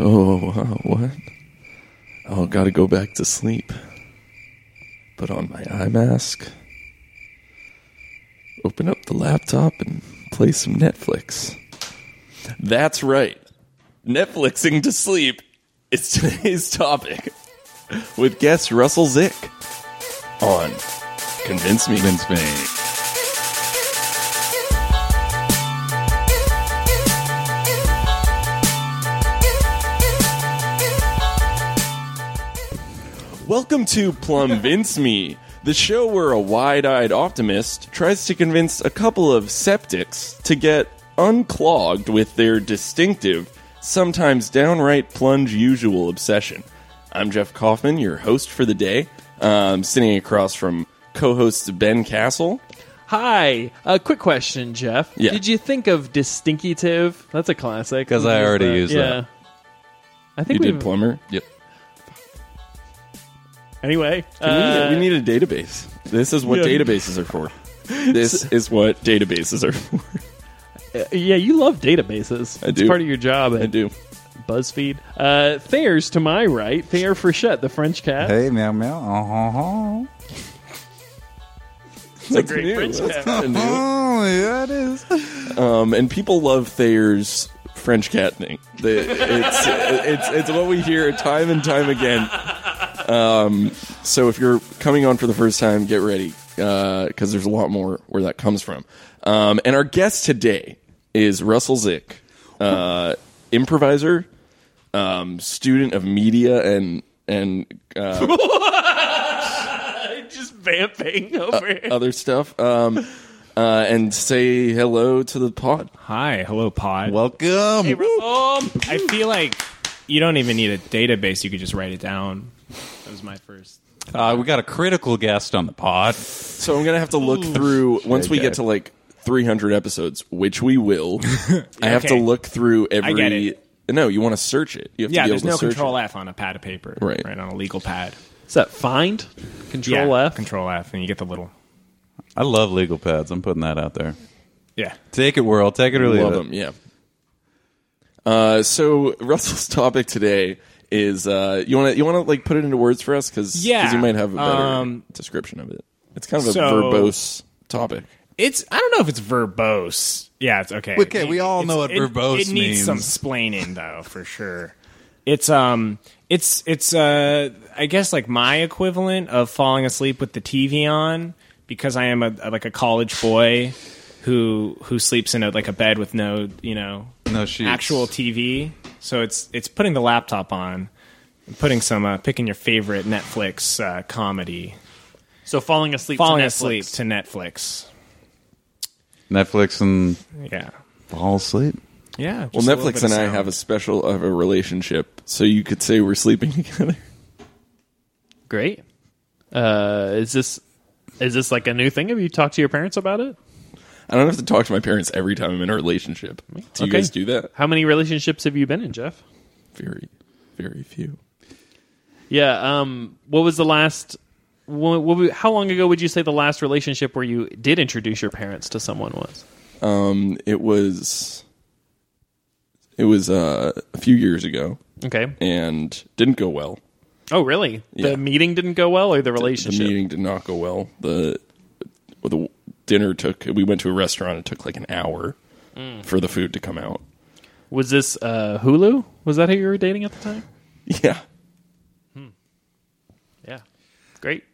Oh, wow, what? Oh, gotta go back to sleep. Put on my eye mask. Open up the laptop and play some Netflix. That's right. Netflixing to sleep is today's topic with guest Russell Zick on Convince Me. Vince May. Welcome to Plum Vince Me, the show where a wide eyed optimist tries to convince a couple of septics to get unclogged with their distinctive, sometimes downright plunge usual obsession. I'm Jeff Kaufman, your host for the day. Um, sitting across from co hosts Ben Castle. Hi. A uh, quick question, Jeff. Yeah. Did you think of distinctive? That's a classic. 'Cause I We've already used yeah. that. I think You we did plumber. Yep. Anyway, We need- uh, we need a database. This is what Yeah. databases are for. This is what databases are for. uh, yeah, you love databases. I it's do. part of your job I at do. BuzzFeed. Uh, Thayer's to my right. Thayer Frechette, the French cat. Hey, meow meow. Uh-huh. It's a great French cat. Oh, yeah, it is. Um, and people love Thayer's French cat thing. They, it's, it's, it's what we hear time and time again. Um, so if you're coming on for the first time, get ready because there's a lot more where that comes from. Um, and our guest today is Russell Zick, uh, improviser, um, student of media and and uh, Just vamping Uh, over here. other stuff. Um, uh, and say hello to the pod. Hi, hello, pod. Welcome. Um, I feel like you don't even need a database; you could just write it down. That was my first. Uh, we got a critical guest on the pod. So I'm gonna have to look through once we Okay. get to like 300 episodes, which we will. I have to Okay. look through every. get it. No, you want to search it. You have Yeah, to be there's able to no search control It. F on a pad of paper, Right. Right on a legal pad. What's that? Find? Control yeah, F? Control F, and you get the little. I love legal pads. I'm putting that out there. Yeah, Take it, world. Take it or leave Love it. them. Yeah. Uh, so Russell's topic today is uh, you want to you want to like put it into words for us because Yeah, you might have a better um, description of it. It's kind of a so- verbose topic. it's. I don't know if it's verbose. Yeah, it's okay. Okay, we all know what it- verbose It needs means. some splaining, though, for sure. It's um, it's it's uh, I guess like my equivalent of falling asleep with the TV on because I am a like a college boy who who sleeps in a like a bed with no you know No sheets. actual TV. So it's it's putting the laptop on, and putting some uh, picking your favorite Netflix uh, comedy, So falling asleep. to falling Netflix. asleep to Netflix. Netflix and Yeah, fall asleep. yeah. Well, Netflix and I have a special of a relationship, so you could say we're sleeping together. Great. Uh, is this is this like a new thing? Have you talked to your parents about it? I don't have to talk to my parents every time I'm in a relationship. Do you Okay. guys do that? How many relationships have you been in, Jeff? Very, very few. Yeah. Um. What was the last? What, what, we- how long ago would you say the last relationship where you did introduce your parents to someone was? Um, it was, it was uh, a few years ago, Okay. and didn't go well. Oh, really? Yeah. The meeting didn't go well, or the The relationship? meeting did not go well. The well, the dinner took. We went to a restaurant. It took like an hour for the food to come out. was this uh, Hulu? Was that who you were dating at the time? Yeah, Yeah. Great.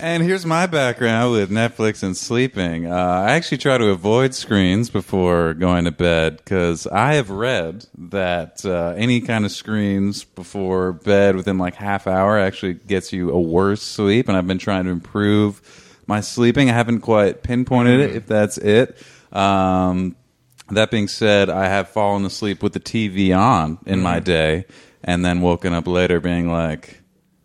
And here's my background with Netflix and sleeping. Uh, I actually try to avoid screens before going to bed because I have read that uh, any kind of screens before bed within like half hour actually gets you a worse sleep. And I've been trying to improve my sleeping. I haven't quite pinpointed it if that's it. Um, that being said, I have fallen asleep with the TV on in my day, and then woken up later being like,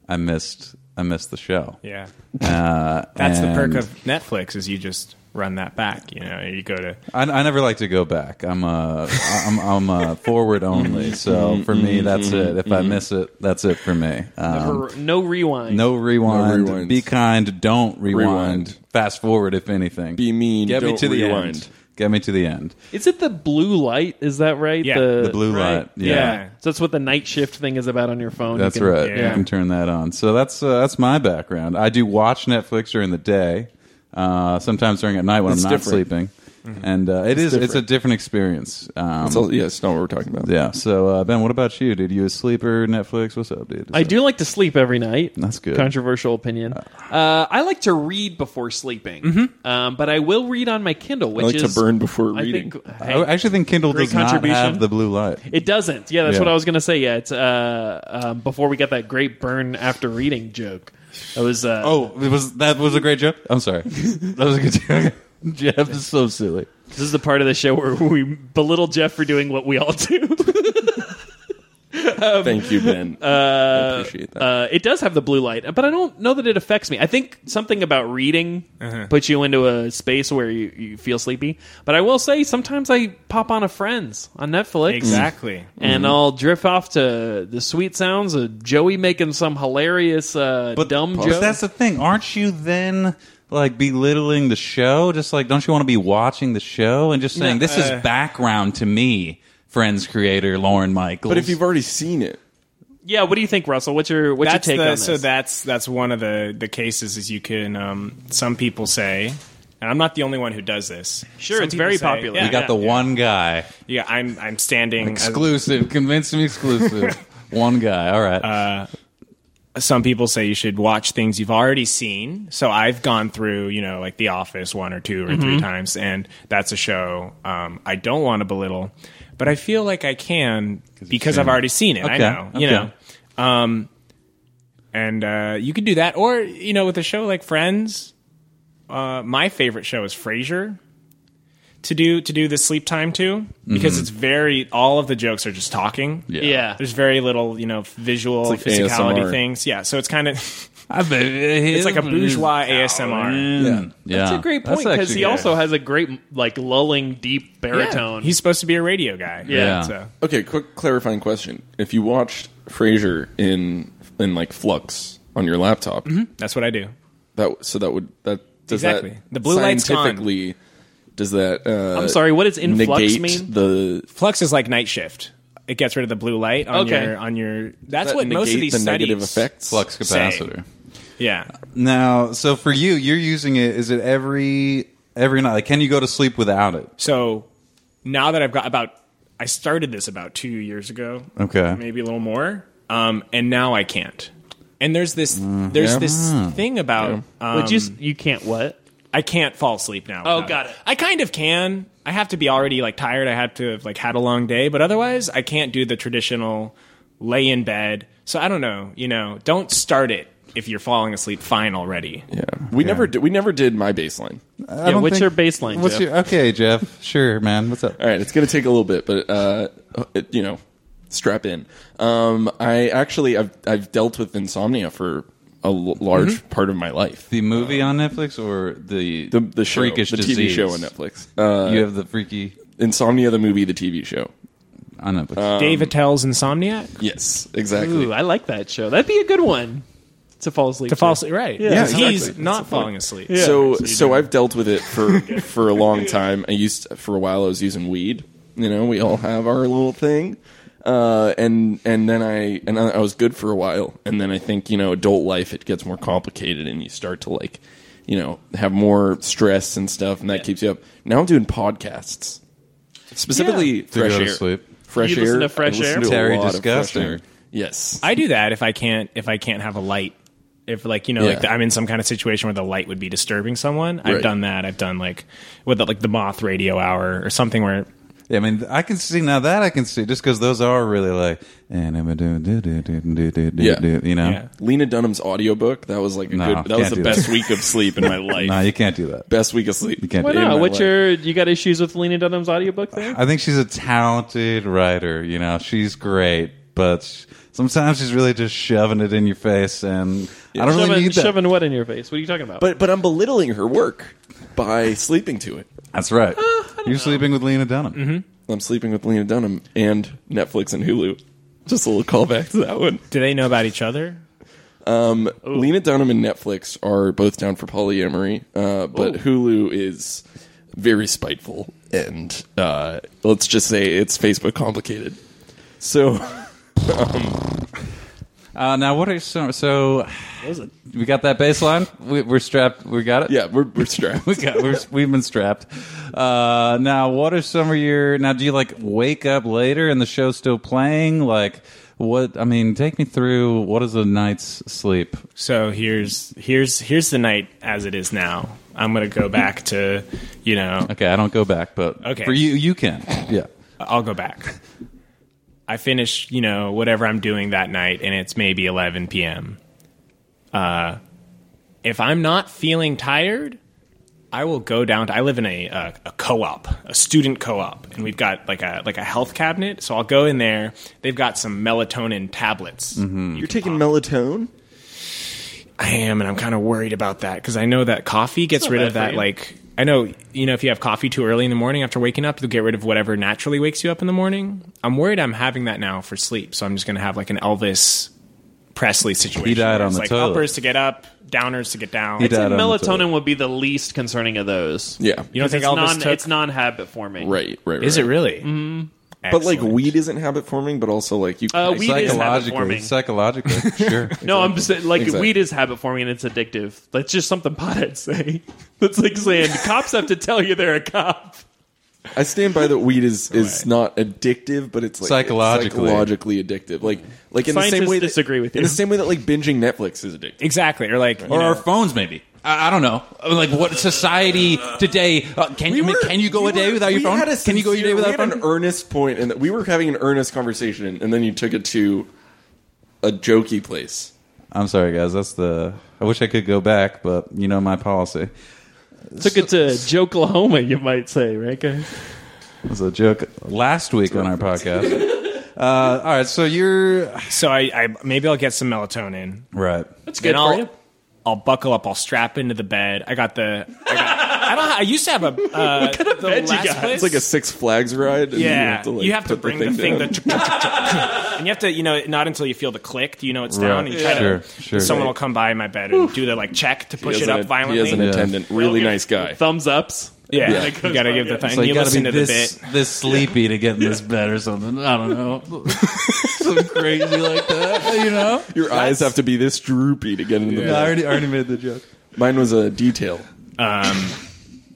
I missed. I missed the show. Yeah, Uh, that's the and- perk of Netflix is you just run that back. You know, you go to I, I never like to go back. I'm a I'm I'm a forward only. Mm-hmm. So for me, that's it. If I miss it, that's it for me. Um, Never- no rewind. no rewind. No rewinds. Be kind. Don't rewind. Rewind. Fast forward, if anything. be mean. Get don't me to rewind. the end. Get me to the end. Is it the blue light? Is that right? Yeah. The blue right? light. Yeah. So that's what the night shift thing is about on your phone. You That's can- right. yeah. You can turn that on. So that's uh, that's my background. I do watch Netflix during the day, uh, sometimes during at night when It's I'm not different. Mm-hmm. sleeping, and uh, it's It's a different. different experience. Um, It's all, yeah, it's not what we're talking about. yeah. So uh, Ben, what about you, dude? You a sleeper? Netflix? What's up, dude? I do like to sleep every night. That's good. Controversial opinion. Uh, I like to read before sleeping, um, but I will read on my Kindle, which I like is to burn before Oh, I reading. think- I actually think Kindle Great does not contribution. have the blue light. It doesn't. Yeah, that's Yeah. what I was gonna say. Yeah, it's uh, um, before we got that great burn after reading joke. That was uh, Oh, it was that was a great joke. I'm sorry, that was a good joke. Jeff is so silly. this is the part of the show where we belittle Jeff for doing what we all do. Thank you, Ben. I appreciate that. Uh, it does have the blue light, but I don't know that it affects me. I think something about reading puts you into a space where you, you feel sleepy. But I will say, sometimes I pop on a Friends on Netflix. Exactly. And I'll drift off to the sweet sounds of Joey making some hilarious uh, dumb but joke. that's the thing. Aren't you then like belittling the show? Just like, don't you want to be watching the show and just saying this uh, is background to me, Friends creator Lauren Michaels? but if you've already seen it, yeah, what do you think, Russell? What's your what's that's your take the, on this? so that's that's one of the the cases is you can um, some people say and I'm not the only one who does this. Sure, Some it's people very say, popular. Yeah, we got the one guy yeah, I'm I'm standing. as- exclusive, convinced me exclusive. one guy. All right. some people say you should watch things you've already seen. So I've gone through, you know, like The Office one or two or three times, and that's a show um, I don't want to belittle, but I feel like I can because seen I've it. already seen it. I Okay, know, you okay. know. Um, and uh, you could do that, or you know, with a show like Friends. Uh, my favorite show is Frasier. To do to do the sleep time too because Mm-hmm. it's very all of the jokes are just talking. yeah. There's very little, you know, visual It's like physicality ASMR. things. Yeah, so it's kind of it's it's like a bourgeois ASMR. yeah. Mm, Yeah. That's a great point because actually he good. also has a great like lulling deep baritone. He's supposed to be a radio guy. Yeah. So Okay, quick clarifying question. If you watched Frasier in in like Flux on your laptop, that's what I do. that so that would that does Mm-hmm. Exactly. that The blue light's gone. scientifically does that uh, I'm sorry, what does influx negate mean? the Flux is like night shift. It gets rid of the blue light on Okay. your on your. That's that what most of negate these the studies. negative effects? flux Say. capacitor. Yeah. Now, so for you, you're using it. Is it every every night? Like, can you go to sleep without it? So now that I've got about, I started this about two years ago. Okay. Maybe a little more. Um, and now I can't. And there's this there's this thing about um, Would you s- you can't what? I can't fall asleep now. Oh, without got it. I kind of can. I have to be already like tired. I have to have like had a long day, but otherwise I can't do the traditional lay in bed. So I don't know, you know, don't start it if you're falling asleep fine already. Yeah, we never did, we never did my baseline. I Yeah, don't what's think- your baseline, What's Jeff? your okay, Jeff? Sure, man. What's up? All right, it's going to take a little bit, but uh, it, you know, strap in. Um, I actually I've I've dealt with insomnia for a l- large Mm-hmm. part of my life. The movie on Netflix or the The the show, freakish the TV disease? show on Netflix. Uh, you have the freaky insomnia, the movie, the TV show. on Netflix. Uh, Um, Dave Attell's Insomniac? Yes, exactly. Ooh, I like that show. That'd be a good one to fall asleep. To fall asleep, right. Yeah, he's exactly. not falling asleep. so so I've dealt with it for for a long time. I used for a while I was using weed. You know, we all have our little thing. Uh, and and then I and I I was good for a while, and then I think you know adult life it gets more complicated, and you start to like, you know, have more stress and stuff, and that keeps you up. Now I'm doing podcasts, specifically fresh go to air, sleep. fresh You air, listen to Fresh I listen Air? to a lot Terry of Fresh Disgusting. Air. Yes, I do that if I can't if I can't have a light. If like you know Yeah. like I'm in some kind of situation where the light would be disturbing someone, I've Right. done that. I've done like with the, like the moth radio hour or something where yeah, I mean, I can see now that I can see just because those are really like and I'm a do do do do do do do Yeah. do. You know, Yeah. Lena Dunham's audiobook that was like a No, good that was can't the do that. best week of sleep in my life. no, you can't do that. best week of sleep. can't Why do in not? my What's life. your you got issues with Lena Dunham's audiobook there? I think she's a talented writer. You know, she's great, but sh- sometimes she's really just shoving it in your face, and I don't shoving, really need that. shoving what in your face? What are you talking about? But but I'm belittling her work by sleeping to it. That's right. You're sleeping with Lena Dunham. I'm sleeping with Lena Dunham and Netflix and Hulu. Just a little callback to that one. do they know about each other? Lena Dunham and Netflix are both down for polyamory, uh, but Hulu is very spiteful, and uh, let's just say it's Facebook complicated. So Uh, now, what are some? So, we got that baseline. We, we're strapped. We got it. yeah, we're, we're strapped. we got. We're, we've been strapped. Uh, now, what are some of your? Now, do you like wake up later and the show's still playing? Like, what? I mean, take me through. What is a night's sleep? So here's here's here's the night as it is now. I'm gonna go back to, you know, Okay, I don't go back, but Okay. for you, you can. Yeah. I'll go back. I finish, you know, whatever I'm doing that night, and it's maybe 11 p.m. Uh, if I'm not feeling tired, I will go down. To, I live in a, a a co-op, a student co-op, and we've got like a like a health cabinet. So I'll go in there. They've got some melatonin tablets. Mm-hmm. You're taking melatonin. I am, and I'm kind of worried about that because I know that coffee gets rid bad for of that. you. Like, I know you know if you have coffee too early in the morning after waking up, you'll get rid of whatever naturally wakes you up in the morning. I'm worried I'm having that now for sleep, so I'm just gonna have like an Elvis Presley situation. He died where on it's the like toilet. uppers to get up, downers to get down. He It's- died on the toilet. melatonin would be the least concerning of those. Yeah, You don't think it's Elvis non, took? it's non-habit forming. right, right. is it right. really? Mm-hmm. But like weed isn't habit forming, but also like you. Uh, weed is habit Psychologically, forming. psychologically, sure. No, I'm just saying, like Exactly. weed is habit forming and it's addictive. That's just something potheads say. That's like saying cops have to tell you they're a cop. I stand by that weed is is not addictive, but it's like Psychologically. psychologically addictive. Like like in the same Scientists way that, disagree with in you. the same way that like binging Netflix is addictive. exactly. Or like, you or our know, phones maybe I, I don't know like what society today uh, can you can you go a day without your we phone had a can you go your day sincere- without we had phone An earnest point, and we were having an earnest conversation, and then you took it to a jokey place. i'm sorry guys that's the i wish i could go back but you know my policy Took it to Joklahoma, you might say, right, guys? it's a joke last week on our podcast uh, all right so you're so I, I maybe I'll get some melatonin. right It's good for Then I'll, you. I'll buckle up. I'll strap into the bed. I got the. I, got, I don't. I used to have a. Uh, what kind of bed you got? It's like a Six Flags ride. And Yeah, you have to, like, put bring the thing, down. that and you have to, you know, not until you feel the click. Do you know it's down? And you try Sure, to, sure. Someone will come by my bed and do the like check to He push has it an- up violently. He has an attendant, really nice guy. Thumbs ups. yeah, Yeah. you gotta give the thing. so you you gotta listen be to the this, bit. this sleepy to get in this bed or something i don't know some crazy like that you know Your eyes have to be this droopy to get into the. I, already, I already made the joke Mine was a detail.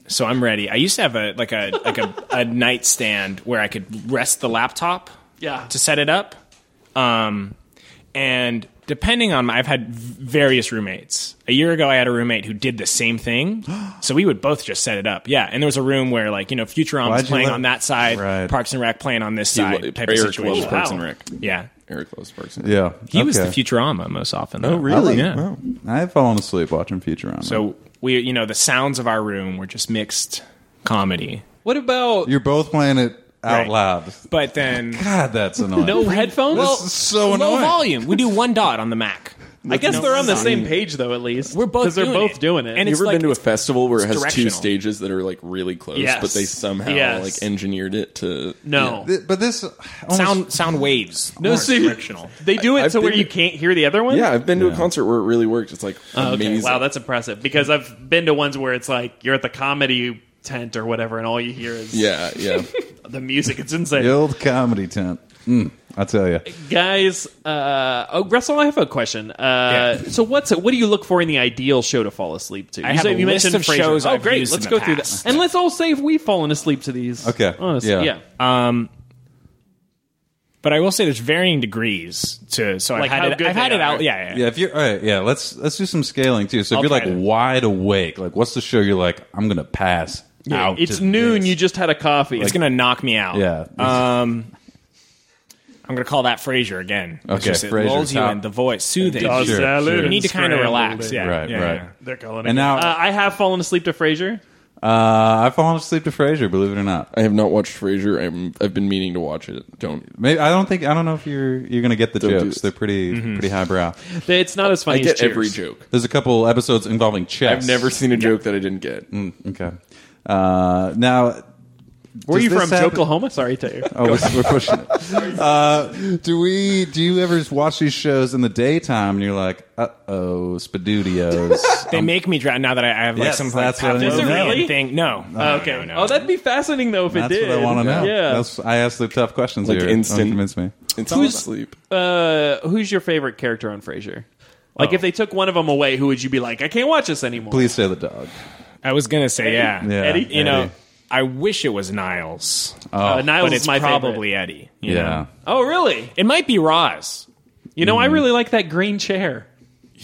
So I'm ready. I used to have a like a like a, a nightstand where I could rest the laptop Yeah. to set it up. Um, and depending on my, I've had v- various roommates. A year ago, I had a roommate who did the same thing. So we would both just set it up. Yeah. And there was a room where, like, you know, Futurama was Why'd you playing let- on that side, Right. Parks and Rec playing on this He- side type of Eric situation. loves Parks and Wow. Rec. Yeah. Eric loves Parks and Rec. yeah He was the okay. Futurama most often. Though. Oh, really? Yeah. Wow. i've fallen asleep watching futurama So we, you know, the sounds of our room were just mixed comedy. What about You're both playing it out Right. loud. But then God, that's annoying. no headphones? this is so low annoying. volume. We do one dot on the Mac. I guess No, they're on the sorry. same page though. At least We're both because they're doing both it. doing it. And You it's ever like- been to a festival where it has two directional. stages that are like really close, Yes. but they somehow Yes. like engineered it to no, Th- But this almost, Sound sound waves. no, are see, directional. they do it I've to where been- you can't hear the other one. Yeah, I've been to a concert where it really worked. It's like Oh, okay. amazing. Wow, that's impressive. Because I've been to ones where it's like you're at the comedy tent or whatever, and all you hear is yeah, yeah. the music. It's insane. the old comedy tent. Mm, I tell you, guys uh oh, russell i have a question uh Yeah. so what's what do you look for in the ideal show to fall asleep to I have said- a list of Frasier. shows oh I've great used let's in go the through that past. and let's all say if we've fallen asleep to these Okay. honestly yeah, Yeah. But I will say there's varying degrees to so Like I've how had it good I've had they it are. out yeah yeah. yeah. If you're all right, yeah, let's let's do some scaling too. So if I'll you're like try to. wide awake, like what's the show you're like? I'm gonna pass out. it's to noon this. you just had a coffee It's gonna knock me out. Um, yeah. I'm gonna call that Frasier again. It's Okay, just, it Frasier, lulls you top. in the voice, soothing. Dog Sure, salad sure. You and need to kind of scrambled relax. eggs. Yeah, right, yeah, right. yeah. they're calling it And now- uh, i have fallen asleep to frasier Uh, I've fallen asleep to Frasier. Believe it or not, I have not watched Frasier. I'm, I've been meaning to watch it. Don't. maybe I don't think I don't know if you're you're gonna get the do jokes. this. They're pretty Mm-hmm. pretty highbrow. it's not as funny I get as Cheers. every joke. There's a couple episodes involving chess. Mm. I've never seen a joke that I didn't get. Okay. Uh, now, Where are does you this from? happen- Oklahoma? Sorry, Taylor. Oh, we're, we're pushing it. Uh, do we? Do you ever watch these shows in the daytime and you're like, uh oh, spadudios? They make me drown now that I I have like Yes, some kind that's of what I Is it Pavlovian really? thing. No. Oh, okay. Oh, that'd be fascinating though if it That's did. what I want to know. Yeah. That's, I asked the tough questions Like here. instant- Don't convince me. It's Who's- all asleep. uh, who's your favorite character on Frasier? Like, if they took one of them away, who would you be like? I can't watch this anymore. Please say the dog. I was gonna say yeah. Yeah, Eddie? You know, I wish it was Niles, uh, Niles but is it's my probably favorite. Eddie. you Yeah. know? Oh, really? It might be Roz. You know, I really like that green chair.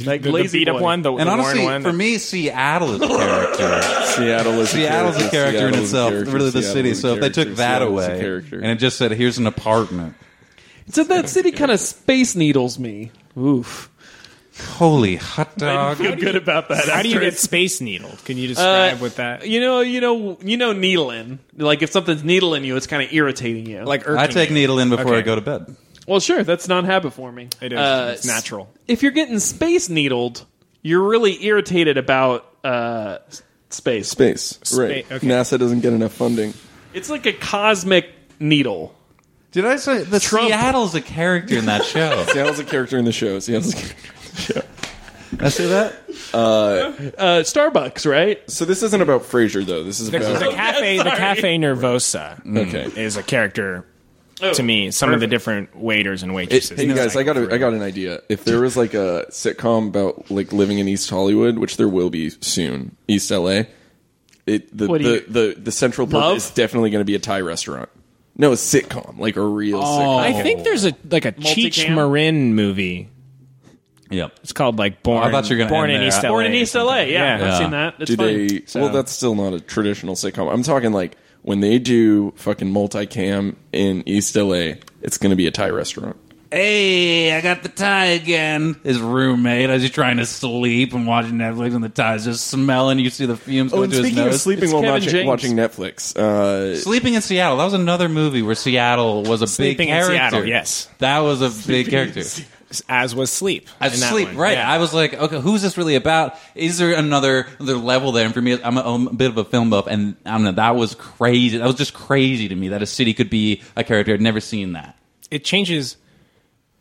Like The, the lazy beat up boy. one, the, And the honestly, worn one. for me, Seattle is a character. Seattle is Seattle's a character in Seattle's a itself, character, really the Seattle's city. a So if they character, took that Seattle's a away character. and it just said, "Here's an apartment," So that city kind of space needles me. Oof. holy hot I dog! feel good about that. How do you after get it's- space needled? Can you describe what that? You know, you know, you know, needling. Like if something's needling you, it's kind of irritating you. Like I irking take you. needle in before I Okay. go to bed. well, sure, that's not habit for me. Uh, It is. s- It's natural. If you're getting space needled, you're really irritated about uh, s- space. Space. right. okay. NASA doesn't get enough funding. It's like a cosmic needle. Did I say the Trump. Seattle's a character in that show? Seattle's a character in the show. Seattle's a character. I say that. Uh, Starbucks, right? So this isn't about Frasier, though. This is The, about the cafe, the sorry. cafe Nervosa okay. is a character Oh, to me. Some of the perfect. different waiters and It, waitresses. hey you It's guys, I like got a, I real. got an idea. If there was like a sitcom about like living in East Hollywood, which there will be soon, East LA, it the What do the, you- the, the central Love? part is definitely going to be a Thai restaurant. No, a sitcom, like a real sitcom. I Oh. think there's a like a Cheech Multicam? Marin movie. Yep. It's called like Born. Oh, I thought you were gonna Born end in there. East LA. Born in East LA. Yeah, Yeah. I've Yeah. seen that. It's do fun. they? Well, that's still not a traditional sitcom. I'm talking like when they do fucking multicam in East LA, it's going to be a Thai restaurant. Hey, I got the tie again. His roommate, as he's trying to sleep and watching Netflix, and the tie's just smelling. You see the fumes Oh, going and to his speaking of nose. sleeping It's while Kevin watching, James. watching Netflix, uh, Sleeping in Seattle. That was another movie where Seattle was a Sleeping big in character. Seattle, yes. that was a big character. As was Sleep. I in that sleep one. right. Yeah. I was like, okay, who's this really about? Is there another another level there? And for me, I'm a, I'm a bit of a film buff, and I don't know. That was crazy. That was just crazy to me that a city could be a character. I'd never seen that. it changes.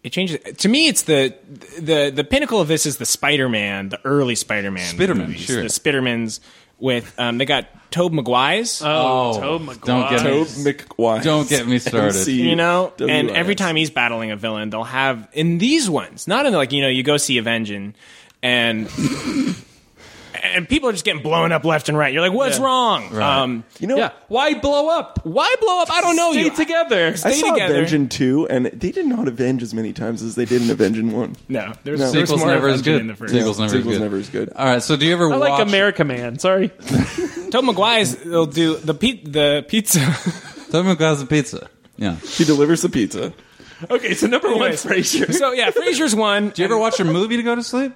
It changes. To me, it's the the the pinnacle of this is the Spider-Man, the early Spider-Man, Spiderman, movies, sure. the Spidermans with um, they got Tobey Maguire's. Oh, Oh, Tobey don't Maguire. get me Tobe McWise. Don't get me started. you know and MCWIS. every time he's battling a villain they'll have in these ones not in like you know you go see Avenging and and people are just getting blown up left and right you're like what's Yeah. wrong Right. um you know, Yeah. Why blow up? why blow up i don't know Stay you together. I stay saw together. Avenging two, and they did not avenge as many times as they did in Avenging one. no there's, No. there's Sequel's more never as Avenging good. in the first Sequel's never Sequel's as good. Uh, never as good. All right. So do you ever I watch like America Man. Sorry. Tobey Maguire's they'll do the pe- the pizza Tobey Maguire's a pizza? Yeah. She delivers the pizza. Okay, so number one, Anyways, Frasier. so yeah Frasier's one Do you ever watch a movie to go to sleep?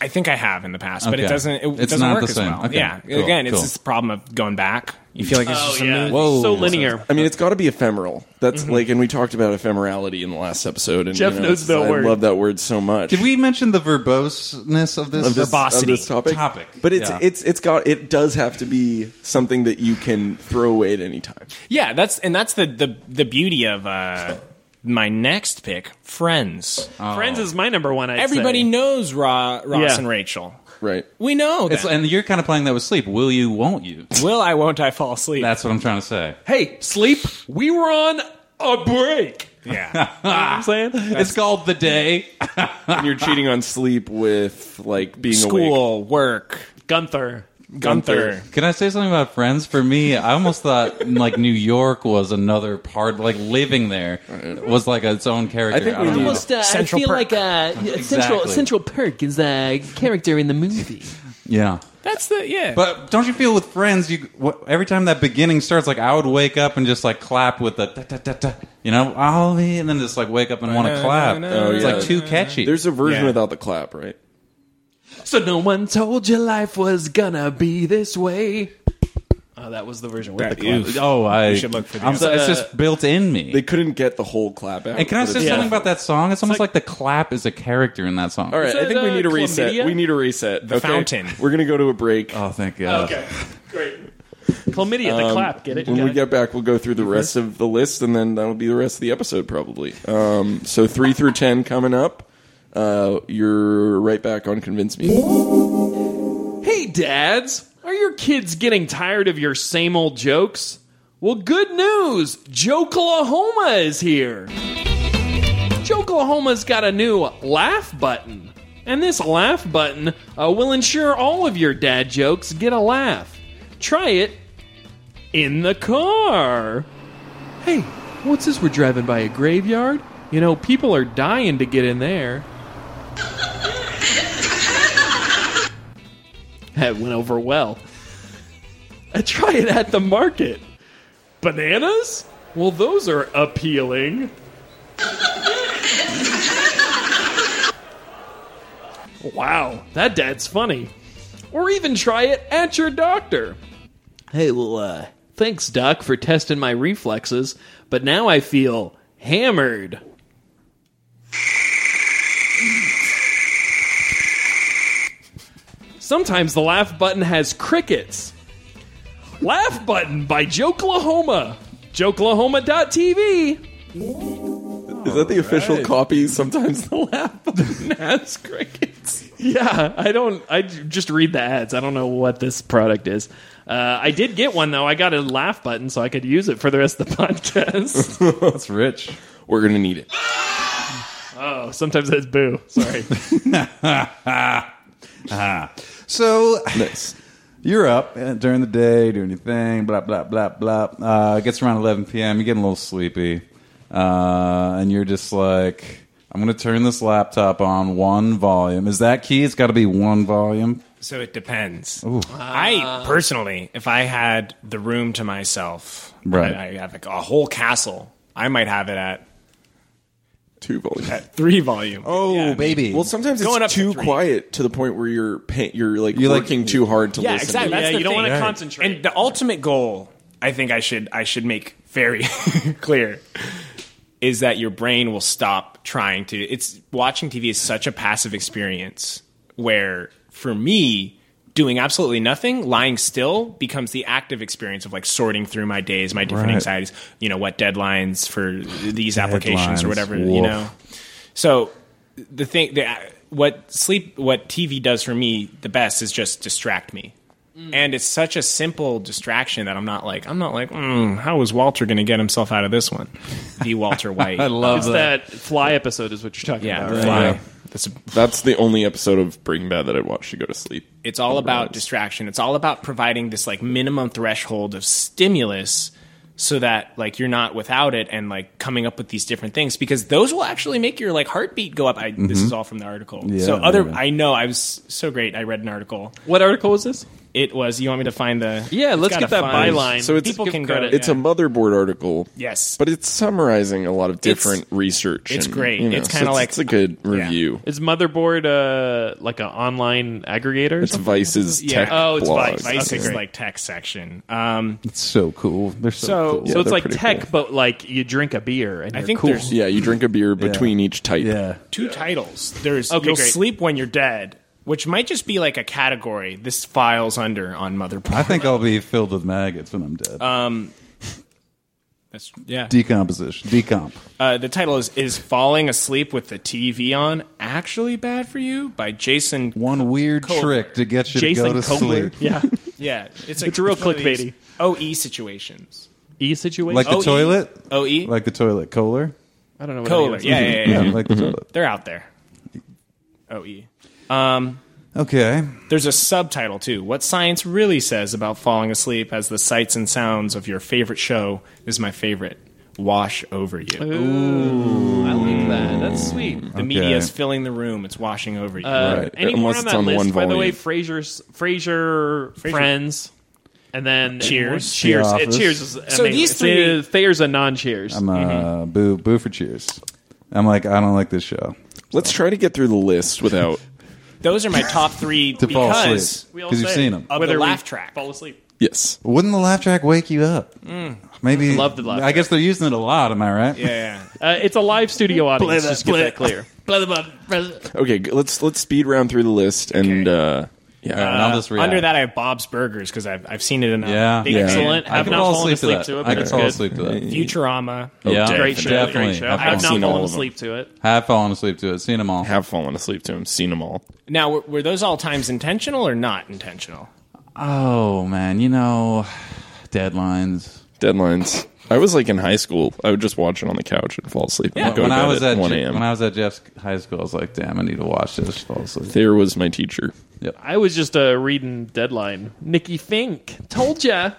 I think I have in the past but Okay. it doesn't it It's doesn't not work the as same. well Okay, yeah cool, again it's cool. just the problem of going back you feel like it's oh just a yeah, movie. Whoa. so linear. I mean, it's got to be ephemeral. That's Mm-hmm. like, and we talked about ephemerality in the last episode. And Jeff you know, knows that I word. love that word so much. Did we mention the verboseness of this? of this, of verbosity. this topic? Topic, But it's yeah. it's it's got it does have to be something that you can throw away at any time. Yeah, that's and that's the the, the beauty of uh, my next pick, Friends. Friends is oh. my number one. I'd Everybody say. knows Ra- Ross Yeah. and Rachel. Right. We know It's, that. and you're kind of playing that with sleep. Will you? Won't you? Will I? Won't I? Fall asleep? That's what I'm trying to say. Hey, sleep. We were on a break. Ah. yeah. You know what I'm saying It's called the day. And you're cheating on sleep with like being awake. School, work, Gunther. Gunther. Can I say something about Friends? For me, I almost thought like New York was another part. Like living there was like its own character. I think we don't know. need- Almost, uh, I Central feel Perk. like uh, Central Exactly. Central Perk is the character in the movie. Yeah. That's the yeah. But don't you feel with Friends? You what, every time that beginning starts, like I would wake up and just like clap with the da, da, da, da, you know, I'll be, and then just like wake up and want to clap. Oh, It's yeah. like too catchy. There's a version Yeah. without the clap, right? So no one told you life was gonna be this way. Oh, that was the version with That- the club. oof. oh, I should look for I'm these. so- it's just built in me. They couldn't get the whole clap out. and can I but say it's- something Yeah. about that song? It's almost like, the clap is a character in that song. All right, Is I think that, we uh, need a reset. chlamydia? We need a reset. The fountain. Oh, We're gonna go to a break. Oh, thank God. Okay, great. chlamydia, the clap. Get it? Um, When we Got it? get back, we'll go through the Mm-hmm. rest of the list, and then that'll be the rest of the episode probably. Um, so three through ten coming up. Uh, you're right back on Convince Me. Hey, dads, are your kids getting tired of your same old jokes? Well, good news! Jokelahoma is here! Jokelahoma's got a new laugh button. And this laugh button uh, will ensure all of your dad jokes get a laugh. Try it in the car. Hey, what's this? We're driving by a graveyard? You know, people are dying to get in there. that went over well. I try it at the market. Bananas? Well, those are appealing. wow, that dad's funny. Or even try it at your doctor. Hey, well, uh, thanks, Doc, for testing my reflexes, but now I feel hammered. Sometimes the laugh button has crickets. Laugh Button by Jokelahoma. Jokelahoma.tv. Is that the official copy? Sometimes the laugh. That's crickets. Yeah, I don't. I j- just read the ads. I don't know what this product is. Uh, I did get one though. I got a laugh button so I could use it for the rest of the podcast. That's rich. We're gonna need it. oh, sometimes that's boo. Sorry. So Nice. you're up uh, during the day, doing your thing, blah blah blah blah. Uh, it gets around 11 p.m. You're getting a little sleepy, uh, and you're just like, "I'm going to turn this laptop on one volume." Is that key? It's got to be one volume. So it depends. I personally, if I had the room to myself, Right. I, I have like a whole castle. I might have it at Two volumes. three volume. Yeah. baby. Well, sometimes it's Going up to too three. quiet to the point where you're pa- you're like You're, like- working too hard to Yeah, listen. exactly. To That's yeah, the you don't thing. want to concentrate. And the ultimate goal, I think I should I should make very clear is that your brain will stop trying to it's watching TV is such a passive experience where for me doing absolutely nothing, lying still becomes the active experience of like sorting through my days, my different Right. anxieties, you know, what deadlines for these applications Deadlines. or whatever, you Woof. know. So the thing that what sleep what TV does for me the best is just distract me. And it's such a simple distraction that I'm not like I'm not like mm, how is Walter going to get himself out of this one? The Walter White. I love it's that. that fly episode is what you're talking yeah, about. fly. Yeah. That's a- That's the only episode of Breaking Bad that I watched to go to sleep. it's all about distraction. It's all about providing this like minimum threshold of stimulus so that like you're not without it and like coming up with these different things because those will actually make your like heartbeat go up. I, This is all from the article. so Yeah, other, yeah. I know I was so great. I read an article. What article was this? It was. You want me to find the? Yeah, It's let's gotta get that find- byline. So it's- people give can credit. go. It's a motherboard article. Yes. But it's summarizing a lot of different research. it's and, great. you know, It's so kinda like- it's a good review. Is Motherboard uh, like an online aggregator? Or It's something? Vice's Yeah. tech Oh, it's blog. Vice. Vice Okay, is great. like tech section. Um, It's so cool. They're so, So- cool. Yeah, so it's they're like pretty tech, cool. but like you drink a beer and I you're think cool. there's Yeah, you drink a beer between each type. yeah. two titles. There's Okay, you'll great. sleep when you're dead, which might just be like a category. This files under on motherboard. I think I'll be filled with maggots when I'm dead. That's, yeah. Decomposition. Decomp. Uh, the title is "Is Falling Asleep with the TV On Actually Bad for You?" by Jason. One weird Kohler. trick to get you Jason to go to Kohler. sleep. Yeah. Yeah, it's, like It's real one of these clickbaity. OE E situations. E situation. Like the OE? toilet? OE. Like the toilet. Kohler? I don't know what Kohler. Kohler. Yeah, yeah, yeah, Yeah, yeah. like the toilet. They're out there. OE. Okay. There's a subtitle too. What science really says about falling asleep as the sights and sounds of your favorite show is my favorite. Wash over you. The I like that. That's sweet. media is filling the room. It's washing over you. Uh, Right. Any more Unless on it's that on list? one By the way, volume. Frasier's, Frasier, Friends, and then Cheers. Cheers, The Uh, Office. Cheers. Is So amazing. these It's, three- uh, Thayer's a non-Cheers. I'm uh, Mm-hmm. boo boo for cheers. I'm like, I don't like this show. Let's try to get through the list without. Those are my top three To fall because asleep. We all 'Cause you've say seen 'em. of whether the we laugh track. Fall asleep. yes. Wouldn't the laugh track wake you up? Maybe. Mm. Love the laugh I guess they're using it a lot, am I right? Yeah. Uh, it's a live studio audience. that- just to get play that clear. Play the button. Press it. Okay, g- let's let's speed round through the list and uh, Yeah. All right, and I'll just react. Under that, I have Bob's Burgers because I've, I've seen it enough. Yeah. Big Yeah. Excellent. I I've could not fall fallen asleep asleep to that. to it, I but could it's fall good. Mm-hmm. asleep to that. Futurama. yeah, Great show. Definitely. Great show. I've I've fallen asleep. All not fallen of them. asleep to it. Have fallen asleep to it. Seen them all. have fallen asleep to him, seen them all. Now, were, were those all times intentional or not intentional? Oh man, you know, deadlines. Deadlines. I was like in high school. I would just watch it on the couch and fall asleep. and go when to I bed was at, one Je- a.m. when I was at Jeff's high school, I was like, damn, I need to watch this. Fall asleep. there was my teacher. I was just uh, reading Deadline. Nikki Fink told ya.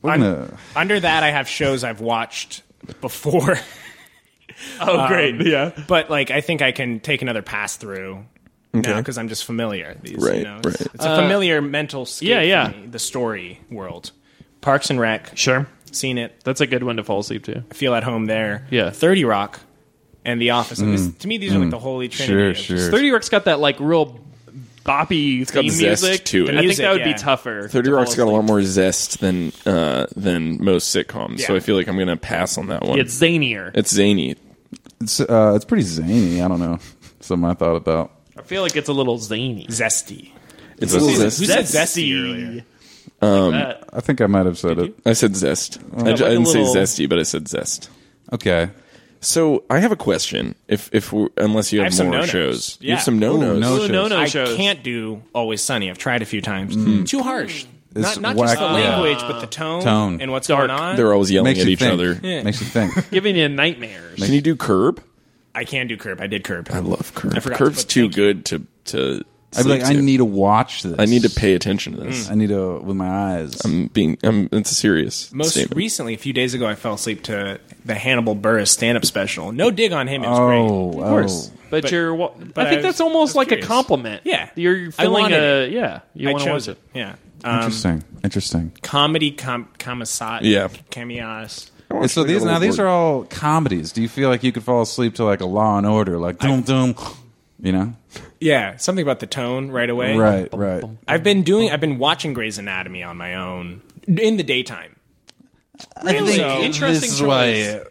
We're gonna- Under that, I have shows I've watched before, Um, Oh, great. yeah. but like I think I can take another pass through. because I'm just familiar. These, you Right, know, it's, right. it's a familiar mental scape Uh, yeah, yeah. for me, the story world. Parks and Rec, Sure. seen it. That's a good one to fall asleep to. I feel at home there. Yeah. 30 Rock and The Office. And this- to me, these are like the holy trinity. Mm. Sure, of just- sure. 30 Rock's got that like real boppy got theme zest music to it. I think Music, that would yeah. be tougher. Thirty to fall Rock's got a lot asleep. more zest than uh, than most sitcoms, so Yeah. I feel like I'm gonna pass on that one. It's zanier. It's zany. it's uh, it's pretty zany. I don't know. Something I thought about. I feel like it's a little zany. Zesty. It's a little Um, Who's- zest. who's- said Zesty. zesty earlier? Like that. I think I might have said it. I said Uh, zest. I, j- I like a didn't little- say zesty, but I said zest. Okay. So I have a question. If if we're, unless you I have, have some more no-nos. shows, you Yeah. have some no nos. no Little shows. no-no I shows. can't do Always Sunny. I've tried a few times. Too harsh. It's not not just the whack- Mm. yeah. Uh, language, but the tone, Tone. and what's Dark. going on. They're always yelling Makes at you each think. other. Makes you think. Giving you nightmares. Can you do curb? I can do Curb. I did Curb. I love curb. forgot to Curb's put too thank good to to. I'd be sleep like, I to. need to watch this. I need to pay attention to Mm. this. I need to with my eyes. I'm being. I'm. It's a serious Most statement. recently, a few days ago, I fell asleep to the Hannibal Burris stand-up special. No dig on him. It was great. oh, Of course. oh. But, But- you're. wa- I think I was- that's almost I was like curious. a compliment. Yeah. You're I feeling wanted a. Yeah. You I want to chose watch it. it. Yeah. Um, Interesting. Interesting. comedy com- commissat. Yeah. Cameos. And so these now these are all comedies. Do you feel like you could fall asleep to like a Law and Order, like doom doom, you know? Yeah. Something about the tone right away. Right, right. I've been doing. I've been watching Grey's Anatomy on my own in the daytime. I think interesting this is why- choice.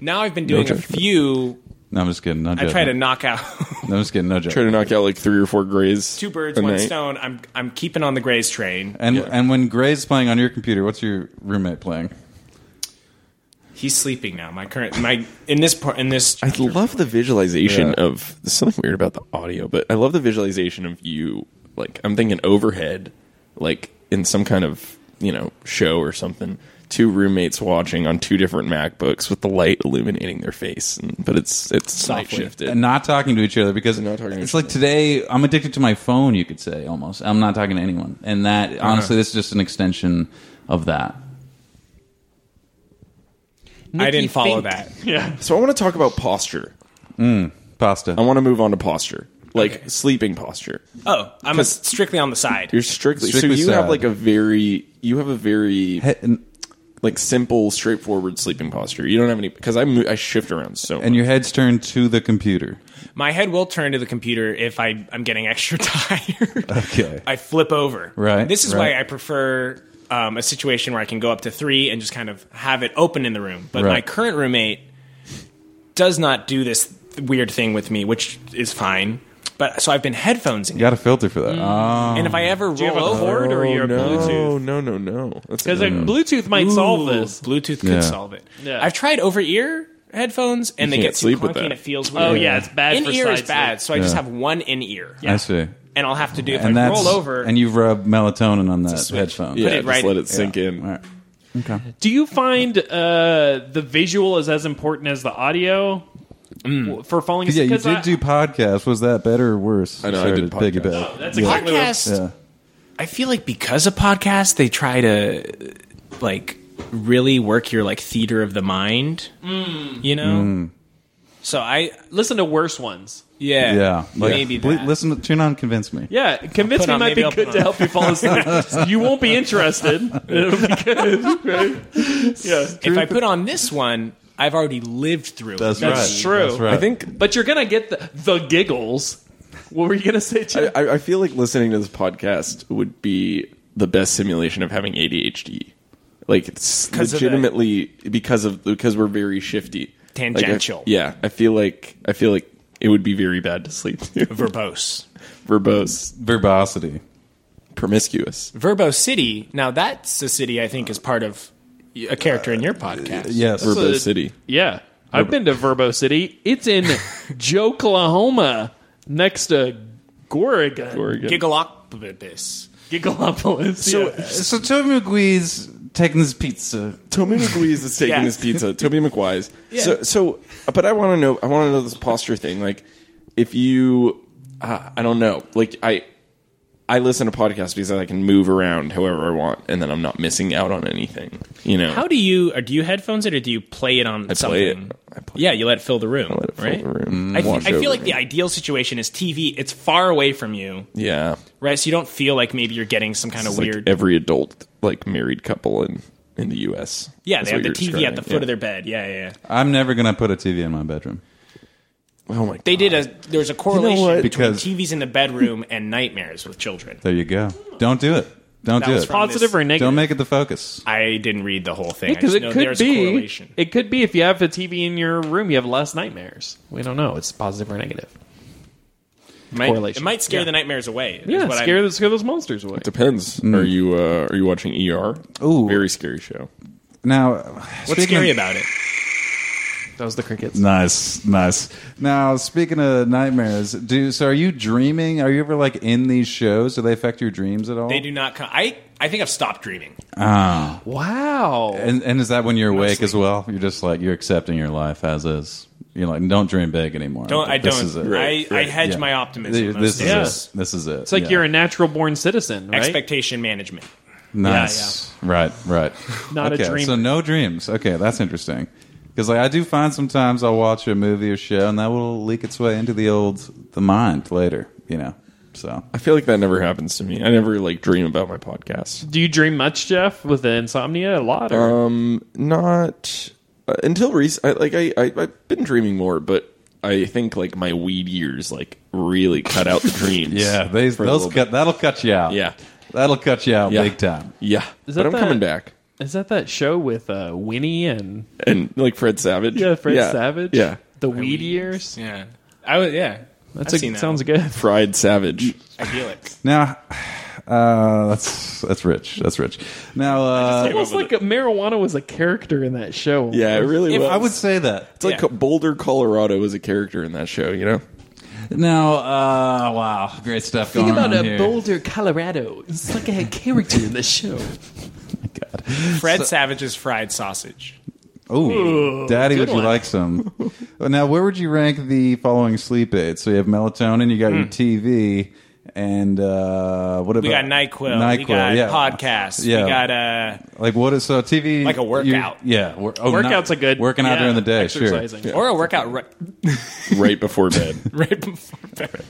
Now I've been doing a judgment. few. No, I'm just kidding. No I try to judgment. knock out No, I'm just kidding. No try joke. to knock out like three or four grays. two birds, a one night. stone. I'm I'm keeping on the Grey's train. And and when Gray's playing on your computer, what's your roommate playing? He's sleeping now. My current my in this part in this. I love the visualization Yeah. of there's something weird about the audio, but I love the visualization of you. Like I'm thinking overhead, like in some kind of you know show or something. Two roommates watching on two different MacBooks with the light illuminating their face, and, but it's it's night shifted. And not talking to each other because Not talking to it's each like today I'm addicted to my phone. You could say almost I'm not talking to anyone, and that honestly, this is just an extension of that. I didn't follow Fink. that. so I want to talk about posture. Pasta. I want to move on to posture, like sleeping posture. Oh, I'm a, strictly on the side. You're strictly, Strictly so you have sad. like a very you have a very and, like simple, straightforward sleeping posture. You don't have any because I mo- I shift around so and your head's turned to the computer. My head will turn to the computer if I, I'm getting extra tired. Okay. I flip over. Right, This is right. why I prefer um, a situation where I can go up to three and just kind of have it open in the room. But my Right. current roommate does not do this weird thing with me, which is fine. But so I've been headphones in, You got a filter for that. Mm, Oh. and if I ever roll you have a over, cord or Oh, you're a Bluetooth? no, no, no, no. That's Because like, Bluetooth might solve Ooh, this. Bluetooth could Yeah. solve it. Yeah. I've tried over ear headphones, and they can't get too sleep with clunky that. and it feels weird. Oh yeah, it's bad. in for ear side is bad, sleep. so I just have one in ear. I see. and I'll have to do if And I that's roll over. and you rub melatonin on that switch. headphone. yeah, it just right- let it sink in. All right. Okay. Do you find uh, the visual is as important as the audio w- Mm. for falling Yeah, asleep? you 'Cause did I- do podcast. Was that better or worse? I know, I Sorry did to piggyback. podcast. That's Yeah. exactly what I was- podcast. Yeah. I feel like because of podcasts, they try to like really work your like theater of the mind. You know. So I Listen to worse ones. yeah Yeah. Like, maybe ble- that. Listen, to, tune on, convince me. Yeah, convince put me on- might maybe be I'll good put to on. help you fall asleep. you won't be interested. It'll be good. Right? Yeah, if I put on this one, I've already lived through it. That's true. That's right. I think but you're gonna get the, the giggles. What were you gonna say, Chip? I, I feel like listening to this podcast would be the best simulation of having ADHD. Like it's 'Cause of legitimately because of because we're very shifty, Like, I- Tangential. yeah, I feel like I feel like it would be very bad to sleep to. Verbose. Verbose, Verbosity. promiscuous. Verbose City. Now that's a city I think is part of a character in your podcast. Yes. Verbose So- City. Yeah. I've been to Verbo City. It's in Joklahoma next to Gorgon. Oregon. Gigalopolis. Gigalopolis. so, So, so Toby McGuire's taking his pizza. Toby McGuise is taking Yeah. his pizza. Toby McGuise. So, so, but I want to know. I want to know this posture thing. Like, if you, uh, I don't know. Like, I, I listen to podcasts because I can move around however I want, and then I'm not missing out on anything. You know, How do you or do you headphones it or do you play it on I something? play it. I play Yeah, you let it fill the room, it. Fill right? the room. I, Wash th- I over feel like me. the ideal situation is TV. It's far away from you, yeah. right? So you don't feel like maybe you're getting some kind of It's like weird. every adult, like married couple in in the U.S. yeah, That's they have the what TV you're at the foot describing. of their bed. Yeah, yeah. yeah. I'm never gonna put a TV in my bedroom. Yeah. Oh my. They did a there was a correlation what? between Because- TVs in the bedroom and nightmares with children. There you go. Don't do it. Don't That do was it. from- positive or negative? Don't make it the focus. I didn't read the whole thing I because just it know could there's a be correlation. it could be if you have a TV in your room, you have less nightmares. We don't know. It's positive or negative. might, correlation. It might scare Yeah. the nightmares away. is Yeah, what I'm- scare, those- scare those monsters away. Depends. Are you uh, are you watching ER? Ooh. very scary show. Now, What's speaking scary of- about it? That was the crickets. Nice, nice. Now, speaking of nightmares, do so? Are you dreaming? Are you ever like in these shows? Do they affect your dreams at all? They do not come. I I think I've stopped dreaming. Wow. And, and is that when you're awake as well? You're just like you're accepting your life as is. You're like, don't dream big anymore. Don't I This don't. is it. Right, I, I hedge Yeah. my optimism. on This stage. is Yeah. it. This is it. it's like Yeah. you're a natural born citizen, right? expectation management. Nice. Right, right. Not a okay, dream. So no dreams. Okay, that's interesting. Because like I do find sometimes I'll watch a movie or show and that will leak its way into the old the mind later, you know. So I feel like that never happens to me. I never like dream about my podcast. Do you dream much, Jeff, with the insomnia a lot? Uh, Or? Not uh, until recent. I, like I, I, I've been dreaming more, but I think like my weed years like really cut out the dreams. yeah, they, for a those little cut that'll cut you out. Yeah. Thattle cut you out Yeah. big time. yeah. that but I'm the- coming back. Is that that show with uh, Winnie and And like Fred Savage. yeah, Fred Savage? Yeah. the Weed Years. Yeah, I was. Yeah, That's I've a, seen that sounds good. Fried Savage. idyllic. Now uh, that's that's rich. That's rich. Now uh, Almost like marijuana was a character in that show. Yeah, it really If was. I would say that. it's like yeah. Boulder, Colorado is a character in that show, you know? Now uh, wow, great stuff going on here. Colorado. It's like a character in the show. Fred Savage's fried sausage. Ooh, Daddy, would you one. like some? Well, now, where would you rank the following sleep aids? So you have melatonin, you got your TV, and uh, what about Hmm. We got Nyquil. we got yeah. podcasts. Yeah. We got uh, Like what is so TV? Like a workout. you- yeah, wor- oh, Workout's not- a good working out yeah, during the day. Exercising. Sure. or a workout right, Right before bed. right before bed.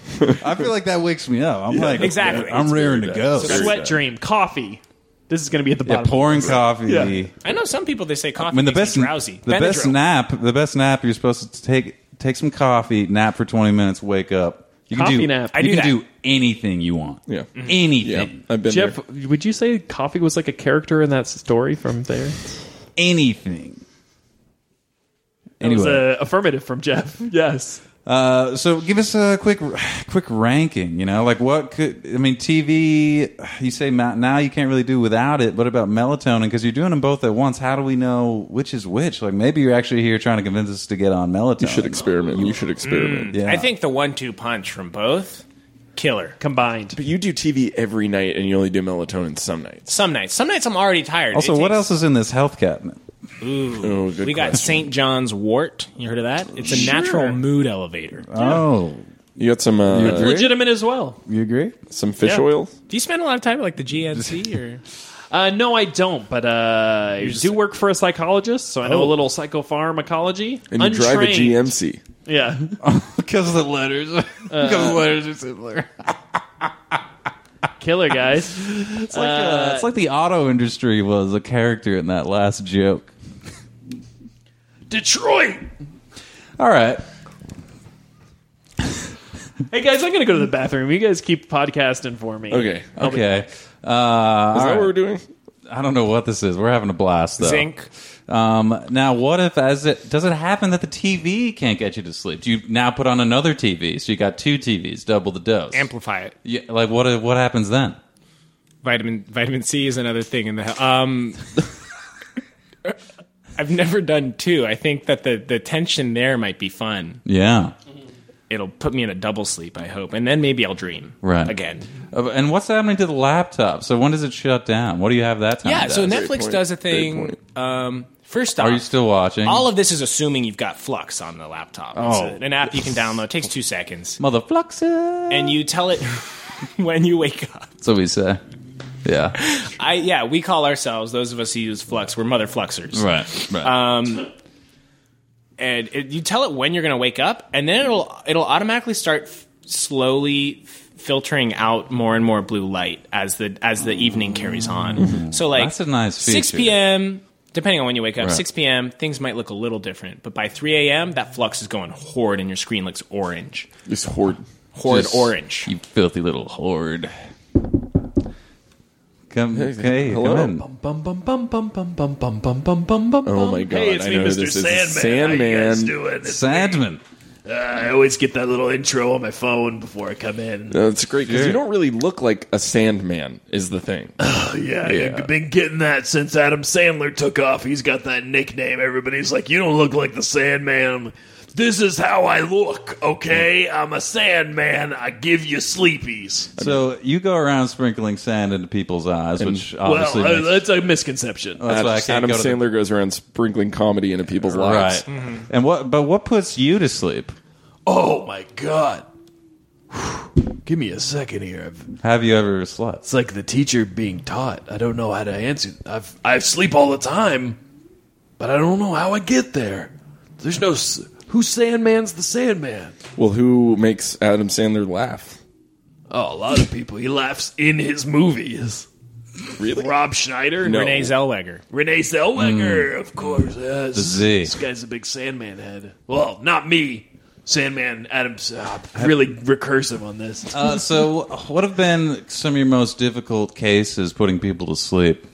I feel like that wakes me up. I'm like Exactly. I'm It's rearing to bad. go. It's Sweat dream, coffee. This is going to be at the Yeah, bottom. pouring coffee. Yeah. I know some people they say coffee I mean, the makes best you drowsy. the best Benadryl. nap, the best nap. You're supposed to take take some coffee, nap for 20 minutes, wake up. You can Coffee do nap. I you do can that. Mm-hmm. do anything you want. Yeah. Yeah. anything, I've been there. Jeff, would you say coffee was like a character in that story from there? anything. It was Anyway, a affirmative from Jeff. Yes. uh, so give us a quick quick ranking. You know, like what could I mean? TV. You say ma- now you can't really do without it. What about melatonin? Because you're doing them both at once. How do we know which is which? Like maybe you're actually here trying to convince us to get on melatonin. You should experiment. You should experiment. yeah. I think the one-two punch from both killer. Combined. But you do TV every night and you only do melatonin some nights. Some nights, some nights I'm already tired. Also, It what takes- else is in this health cabinet? Oh, good We got St. John's wort. You heard of that? It's a natural mood elevator. Oh, You got some uh, You agree? Legitimate as well. you agree? some fish Yeah. oil. Do you spend a lot of time at like the GNC or? Uh, no, I don't, but uh, I do work for a psychologist, so I know a little psychopharmacology. And you drive a Untrained. GMC. Yeah. Because the letters, because the letters are similar. Killer, guys. It's like, uh, it's like the auto industry was a character in that last joke. Detroit! All right. Hey, guys, I'm going to go to the bathroom. You guys keep podcasting for me. Okay. I'll be- Okay. Uh, all Is that right. what we're doing? I don't know what this is. We're having a blast though. Zinc. Um, now, what if as it does it happen that the TV can't get you to sleep? Do you now put on another TV? So you got two TVs, double the dose. Amplify it. yeah, like what? What happens then? Vitamin vitamin C is another thing in the hel- um. I've never done two. I think that the the tension there might be fun. Yeah. It'll put me in a double sleep. I hope, and then maybe I'll dream Right. again. Uh, And what's happening to the laptop? So when does it shut down? What do you have that time? Yeah. to So do? Netflix point. does a Good thing. Um, first off, are you still watching? all of this is assuming you've got Flux on the laptop. Oh. It's a- an app you can download. It takes two seconds, motherfluxes. and you tell it when you wake up. That's what we say. Yeah. I yeah, we call ourselves those of us who use Flux. We're mother Fluxers. Right. Right. and it, you tell it when you're going to wake up, and then it'll it'll automatically start f- slowly f- filtering out more and more blue light as the as the evening carries on. So like Mm-hmm. That's a nice six feature. p.m. Depending on when you wake up, Right. 6 p.m., things might look a little different. But by 3 a.m., that flux is going horrid and your screen looks orange. It's horrid. Horrid Just- orange. You filthy little horde. Come, hey, hello. come in. Bum bum bum bum bum bum bum bum bum bum bum. Oh my god! Hey, it's I me, know who Mr. this is. Sandman. It's How you guys Sandman. doing? It's- Sandman. I always get that little intro on my phone before I come in. That's great because Sure. you don't really look like a Sandman. Is the thing? yeah, I've been getting that since Adam Sandler took off. He's got that nickname. Everybody's like, "You don't look like the Sandman." I'm like, This is how I look, okay? I'm a Sandman. I give you sleepies. So you go around sprinkling sand into people's eyes, which Well, obviously uh, makes, that's a misconception. that's why I can't Adam go to the- Sandler goes around sprinkling comedy into people's right. lives. And what? But what puts you to sleep? oh my god! Whew. Give me a second here. I've, Have you ever slept? it's like the teacher being taught. I don't know how to answer. I've I sleep all the time, but I don't know how I get there. There's no s- who Sandman's the Sandman. Well, who makes Adam Sandler laugh? Oh, a lot of people. He laughs in his movies. Really? Rob Schneider, No. Renee Zellweger. Renee Zellweger, of course. Yes. The Z. This guy's a big Sandman head. Well, not me. Sandman Adams uh, really recursive on this. Uh, so what have been some of your most difficult cases putting people to sleep?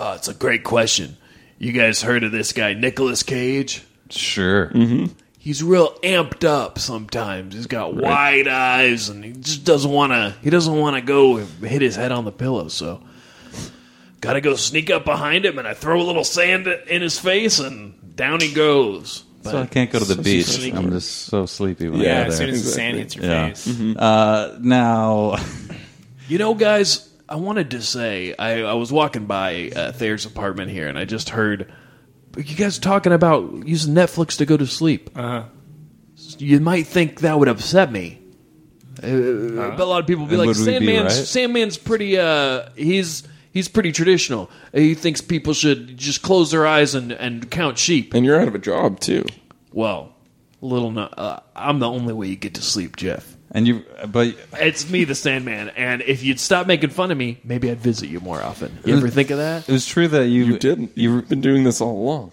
Oh, it's a great question. You guys heard of this guy, Nicolas Cage? Sure. he's real amped up sometimes. He's got wide eyes and he just doesn't want to he doesn't want to go and hit his head on the pillow, so got to go sneak up behind him and I throw a little sand in his face and down he goes. But So I can't go to the beach. sneaky. I'm just so sleepy when Yeah, I go as there. soon as the sand hits your Yeah. face. uh, now, You know, guys, I wanted to say I, I was walking by uh, Thayer's apartment here, and I just heard you guys talking about using Netflix to go to sleep. Uh-huh. You might think that would upset me. Uh, but a lot of people would be And like, would we be "Sandman's right?" Sandman's pretty. Uh, he's he's pretty traditional. He thinks people should just close their eyes and, and count sheep." And you're out of a job too. Well, little, no, uh, I'm the only way you get to sleep, Jeff. and you, but It's me, the Sandman, and if you'd stop making fun of me, maybe I'd visit you more often. You ever think of that? it was true that you, You didn't. You, You've been doing this all along.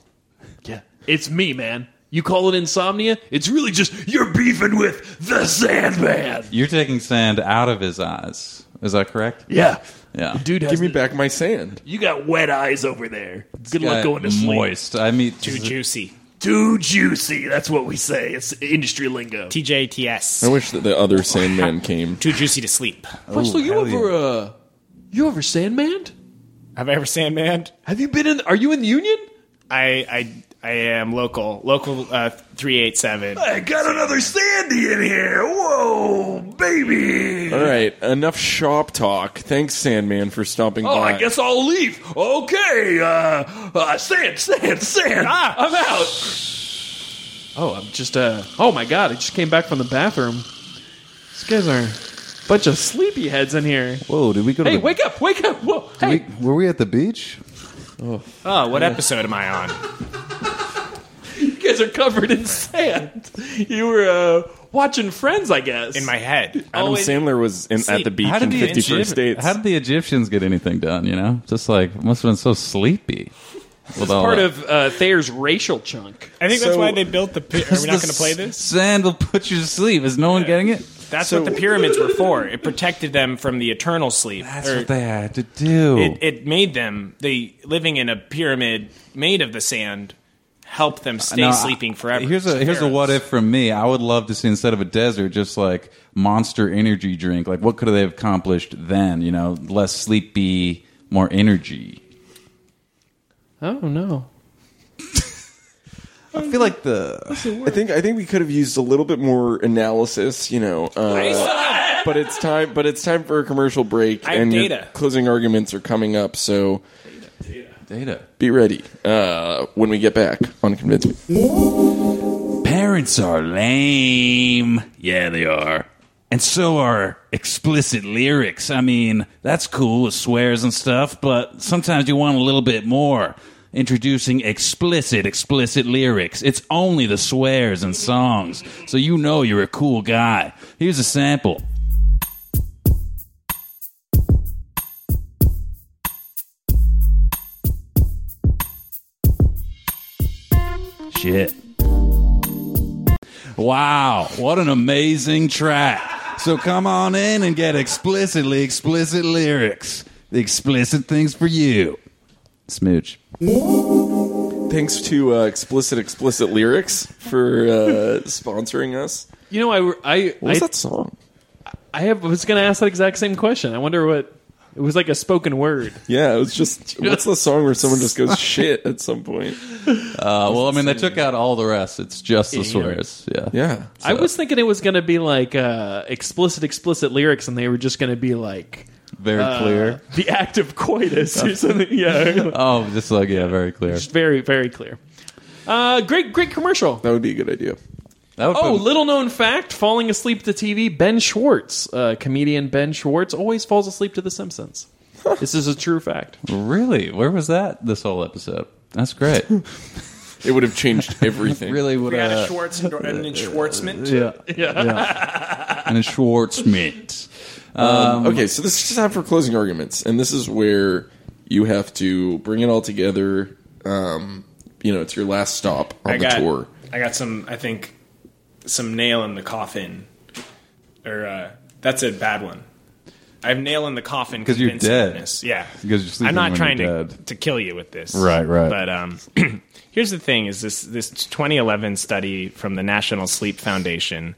Yeah. It's me, man. You call it insomnia? It's really just you're beefing with the Sandman. you're taking sand out of his eyes. Is that correct? Yeah. Yeah. Dude has Give me the- back my sand. You got wet eyes over there. Good luck Guy- going to sleep. Moist. I mean, Too juicy. Too juicy. That's what we say. It's industry lingo. I TJTS. wish that the other Sandman came. Too juicy to sleep. Russell, you hell ever yeah. uh you ever Sandmaned? Have I ever sandmaned? Have you been in are you in the union? I I I am local. Local uh, three eight seven. I got another Sandy in here. Whoa, baby. All right, enough shop talk. Thanks, Sandman, for stopping Oh, by. I guess I'll leave. Okay, uh, uh sand, sand, sand. Ah, I'm out. Oh, I'm just, uh, oh my god, I just came back from the bathroom. These guys are a bunch of sleepyheads in here. Whoa, did we go to Hey, the wake up, wake up. Whoa, hey. we- were we at the beach? Oh, what episode am I on? You guys are covered in sand. You were, uh, watching Friends, I guess. In my head. Adam always- Sandler was in, at the beach in the 51st Egypt- Dates. how did the Egyptians get anything done? You know, just like must have been so sleepy. With all part Oh. that. of uh, Thayer's racial chunk. I think that's So- why they built the. Pi- are we not The going to play this? Sand will put you to sleep. Is no one getting it? That's So- what the pyramids were for. It protected them from the eternal sleep. That's Or what they had to do. it, it made them they living in a pyramid made of the sand helped them stay Now, sleeping forever. Here's a here's a what if from me. I would love to see instead of a desert, just like monster energy drink. Like what could they have accomplished then? You know, less sleepy, more energy. Oh no. I feel like the I think I think we could have used a little bit more analysis, you know. Uh, but it's time. But it's time for a commercial break, I have and your data. closing arguments are coming up. So data. be ready uh, when we get back on Convince Me. Parents are lame. Yeah, they are. And so are explicit lyrics. I mean, that's cool with swears and stuff, but sometimes you want a little bit more. Introducing explicit, explicit lyrics. It's only the swears and songs, so you know you're a cool guy. Here's a sample. Shit. Wow, what an amazing track. So come on in and get explicitly explicit lyrics. The explicit things for you. Smooch. Thanks to uh, explicit explicit lyrics for uh, sponsoring us. You know, I I What was I, that song? I have, was going to ask that exact same question. I wonder what it was like a spoken word. Yeah, it was just what's the song where someone just goes shit at some point? Uh, well, I mean, they took out all the rest. It's just the swears. Yeah. Yeah, I was thinking it was going to be like uh, explicit, explicit lyrics, and they were just going to be like Very clear. the act of coitus or something. Yeah, Oh, just like, yeah, very clear. It's very, very clear. Uh, great, great commercial. that would be a good idea. That would Oh, put- little known fact: falling asleep to TV. Ben Schwartz, uh, comedian Ben Schwartz, always falls asleep to The Simpsons. this is a true fact. really? Where was that this whole episode? That's great. It would have changed everything. really would we got a uh, Schwartz and, and Schwartzman. yeah. yeah. And a Schwartzmint. Okay, so this is time for closing arguments, and this is where you have to bring it all together. Um, you know, it's your last stop on I the got tour. I got some I think some nail in the coffin. Or uh, that's a bad one. I have nail in the coffin 'Cause you're dead. convincingness. Yeah, Because you're sleeping I'm not when trying you're to dead. to kill you with this. Right, right. But um, here's the thing: is this this 2011 study from the National Sleep Foundation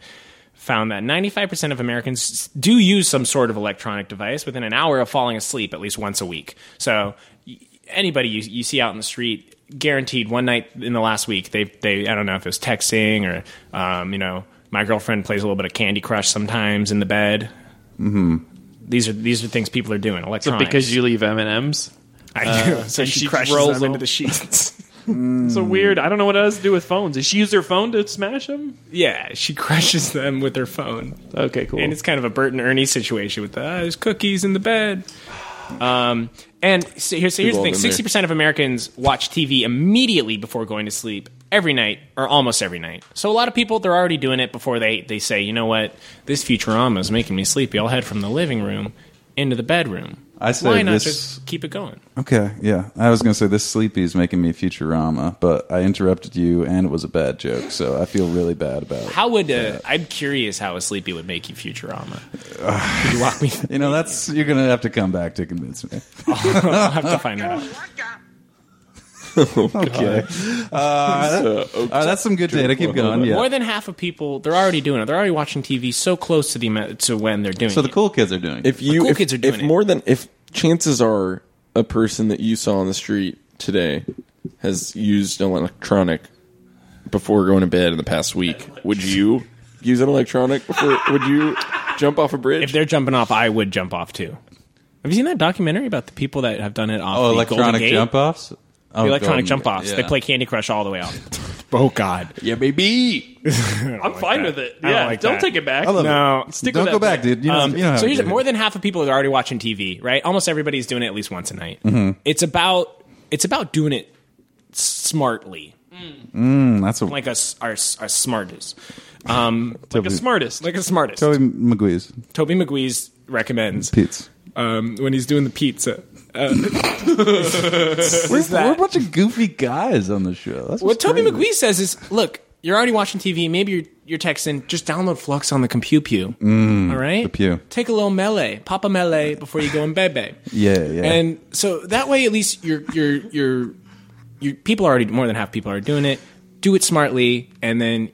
found that 95% of Americans do use some sort of electronic device within an hour of falling asleep at least once a week. So y- anybody you, you see out in the street, guaranteed one night in the last week, they, they I don't know if it was texting or, um, you know, my girlfriend plays a little bit of Candy Crush sometimes in the bed. Mm-hmm. These are these are things people are doing. Electronic Because you leave M and M's. I do. so and she, she crushes rolls them into over. the sheets. It's a weird. I don't know what it has to do with phones. Did she use her phone to smash them? yeah, she crushes them with her phone. Okay, cool. And it's kind of a Bert and Ernie situation with the, ah, there's cookies in the bed. Um, and so here's, so old here's the thing: in there. sixty percent of Americans watch TV immediately before going to sleep every night, or almost every night. So a lot of people they're already doing it before they they say, you know what, this Futurama is making me sleepy. I'll head from the living room into the bedroom. I say Why not this- just keep it going? Okay, yeah. I was going to say this sleepy is making me Futurama, but I interrupted you and it was a bad joke, so I feel really bad about it. How would uh, I'm curious how a sleepy would make you Futurama? Could you walk me? Through? You know, that's you're going to have to come back to convince me. I'll have to find out. Okay. Uh, that- uh, that's some good data. Keep going. More Yeah. than half of people they're already doing it. They're already watching TV so close to the amount to when they're doing So the it. cool kids are doing. it. If you, cool if, kids are doing if it. more than if chances are a person that you saw on the street today has used an electronic before going to bed in the past week, would you use an electronic? Before, would you jump off a if bridge? they're jumping off, I would jump off too. Have you seen that documentary about the people that have done it oh, off the Golden electronic Gate? jump offs. Oh, The electronic Golden jump Gate, offs. yeah. They play Candy Crush all the way off. oh God! yeah, baby. I'm fine with it. I yeah, don't like don't that. take it back. I love No, it. stick Don't with go that back, dude. You know, you know how Uh, Um, so to here's do more than half of people that are already watching TV, right? Almost everybody's doing it at least once a night. Mm-hmm. It's about it's about doing it smartly, it. that's what like us our, our smartest, um, like the smartest. like a smartest. Toby McGuiz. Toby McGuiz recommends Pete's. um, when he's doing the pizza. We're, that- we're a bunch of goofy guys on the show. That's What Toby McGuiz. McGuiz says is, look, you're already watching TV. Maybe you're your text in, just download Flux on the Compu Pew. all right? Mm, the pew. Take a little melee, pop a melee before you go in bed, babe. Yeah, yeah. And so that way, at least your your your your people are already more than half people are doing it. Do it smartly, and then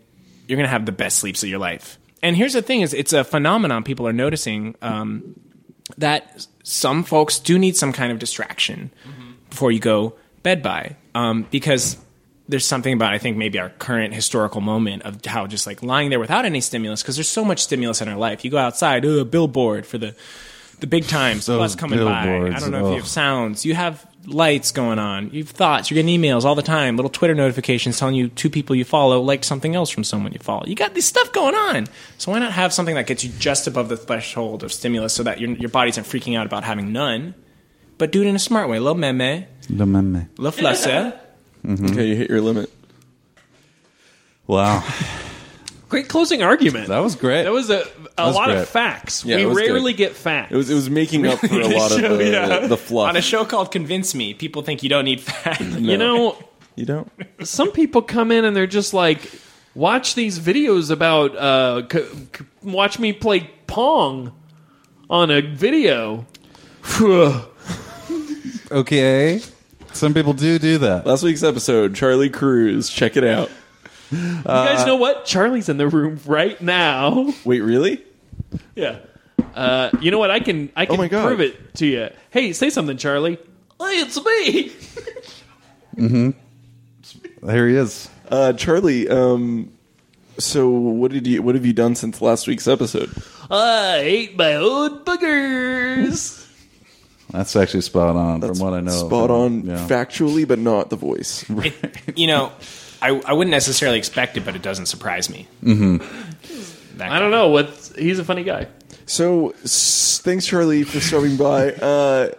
you're gonna have the best sleeps of your life. And here's the thing: is it's a phenomenon people are noticing um, that some folks do need some kind of distraction Mm-hmm. before you go bed by, um, because there's something about I think maybe our current historical moment of how just like lying there without any stimulus because there's so much stimulus in our life. You go outside, ooh, a billboard for the the big times, the Those bus coming by. I billboards, don't know if you ugh. have sounds. You have lights going on. You have thoughts. You're getting emails all the time, little Twitter notifications telling you two people you follow like something else from someone you follow. You got this stuff going on. So why not have something that gets you just above the threshold of stimulus so that your, your body's not freaking out about having none, but do it in a smart way. Little meme, Little meme. little flusse. Mm-hmm. Okay, you hit your limit. Wow, Great closing argument. that was great. That was a, a was lot great. of facts. Yeah, we it was rarely good. get facts. It was it was making up for a lot of show, the, yeah. the fluff. On a show called Convince Me, people think you don't need facts. you know, you don't. some people come in and they're just like, watch these videos about, uh, c- c- watch me play Pong on a video. okay. Some people do do that. Last week's episode, Charlie Cruz. Check it out. you Uh, guys know what? Charlie's in the room right now. Wait, really? yeah. Uh, you know what? I can I can Oh my God. prove it to you. Hey, say something, Charlie. Hey, it's me. Here he is. Uh, Charlie, um, so what did you what have you done since last week's episode? I ate my own boogers. That's actually spot on from what I know. Spot on Yeah. factually, but not the voice. you know, I, I wouldn't necessarily expect it, but it doesn't surprise me. Mm-hmm. I don't know what he's a funny guy. So s- thanks, Charlie, for stopping by. Uh,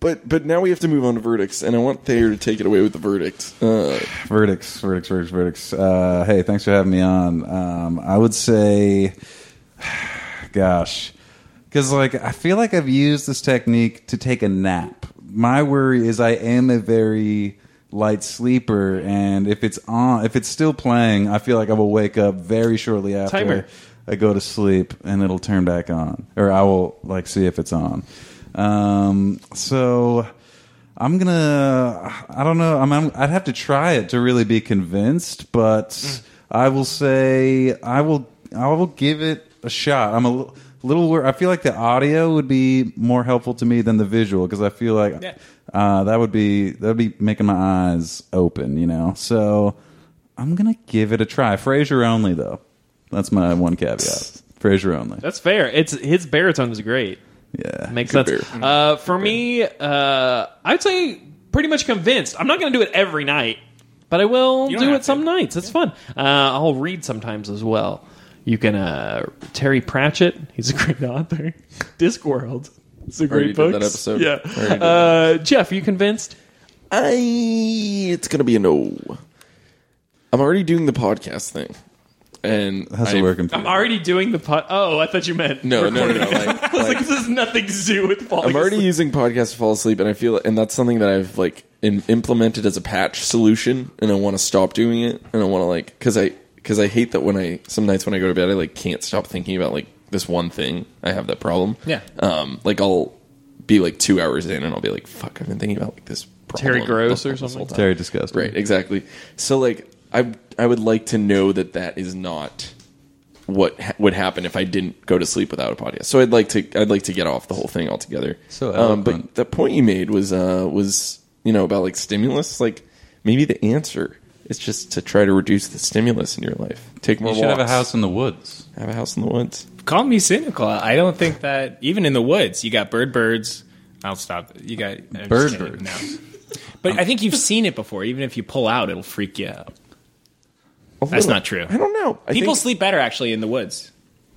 but but now we have to move on to verdicts, and I want Thayer to take it away with the verdict. Uh, verdicts, verdicts, verdicts, verdicts. Uh, hey, thanks for having me on. Um, I would say, gosh, because like I feel like I've used this technique to take a nap. My worry is I am a very light sleeper, and if it's on, if it's still playing, I feel like I will wake up very shortly after Timer. I go to sleep, and it'll turn back on, or I will like see if it's on. Um, so. I'm gonna. I don't know. I'm, I'm. I'd have to try it to really be convinced, but I will say I will. I will give it a shot. I'm a li- little. wor I feel like the audio would be more helpful to me than the visual because I feel like Yeah. uh, that would be that would be making my eyes open. You know. So I'm gonna give it a try. Frasier only though. That's my one caveat. Frasier only. That's fair. It's his baritone is great. Yeah. Makes Good sense. Uh, for me, uh, I'd say pretty much convinced. I'm not going to do it every night, but I will don't do have it some nights. It's fun. Uh, I'll read sometimes as well. You can uh, Terry Pratchett. He's a great author. Discworld. It's a Already did great book. that episode. Yeah. Already did Uh, Jeff, you convinced? I it's gonna be a no. I'm already doing the podcast thing, and How's I- it working? I'm already doing the pot. Oh, I thought you meant No, no, no, recording. no. Like, I was like, like, this has nothing to do with falling I'm already asleep. using podcasts to fall asleep, and I feel, and that's something that I've like in, implemented as a patch solution, and I want to stop doing it, and I want to like because I because I hate that when I some nights when I go to bed, I like can't stop thinking about like this one thing. I have that problem. Yeah. Um. Like I'll be like two hours in, and I'll be like, "Fuck, I've been thinking about like this." Problem Terry Gross or this whole something? time." Terry disgusting. Right, exactly. So like I I would like to know that that is not what ha- would happen if I didn't go to sleep without a podcast. So I'd like to I'd like to get off the whole thing altogether. Um, So eloquent. but the point you made was uh was you know about like stimulus like maybe the answer is just to try to reduce the stimulus in your life. Take more You should have a walks. house in the woods. Have a house in the woods. Call me cynical. I don't think that even in the woods, you got bird birds. I'll stop. You got I'm just Bird kidding. birds. No. But I think you've seen it before. Even if you pull out, it'll freak you out. A That's little. not true. I don't know. I People think- sleep better actually in the woods.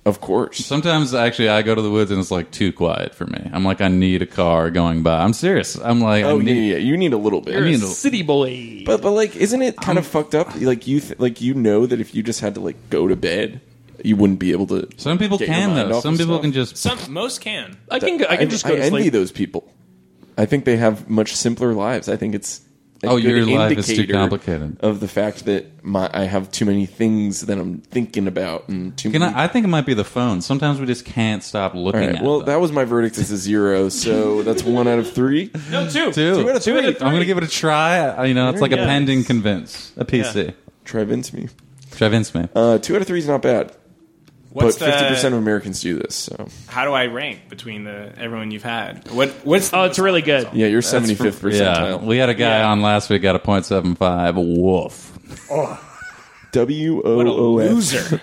of course. Sometimes actually I go to the woods and it's like too quiet for me. I'm like I need a car going by. I'm serious. I'm like Oh I yeah, need yeah, yeah. you need a little bit. You're a need to- city boy. But but like, isn't it kind Um, of fucked up? Like you th- like you know that if you just had to like go to bed, you wouldn't be able to. Some people get your can mind though. off Some of people stuff. can just Some most can. I can, go, I can just go I to envy sleep. those people. I think they have much simpler lives. I think it's. a Oh, good your life is too indicator complicated. of the fact that my I have too many things that I'm thinking about and too Can many. I, I think it might be the phone. Sometimes we just can't stop looking All right, at well, them. that was my verdict. It's a zero, so that's one out of three. No, two. Two. Two out of Two out of three. three. I'm gonna give it a try. I- You know, it's like a Very nice. pending convince a PC. Try Vince me. Travince me. Uh, two out of three is not bad, What's but fifty percent the, of Americans do this. So How do I rank between the everyone you've had? What what's the Oh, it's really good. yeah, you're seventy fifth yeah, percentile. we had a guy on last week got a .75. Woof. W O what a O S. loser?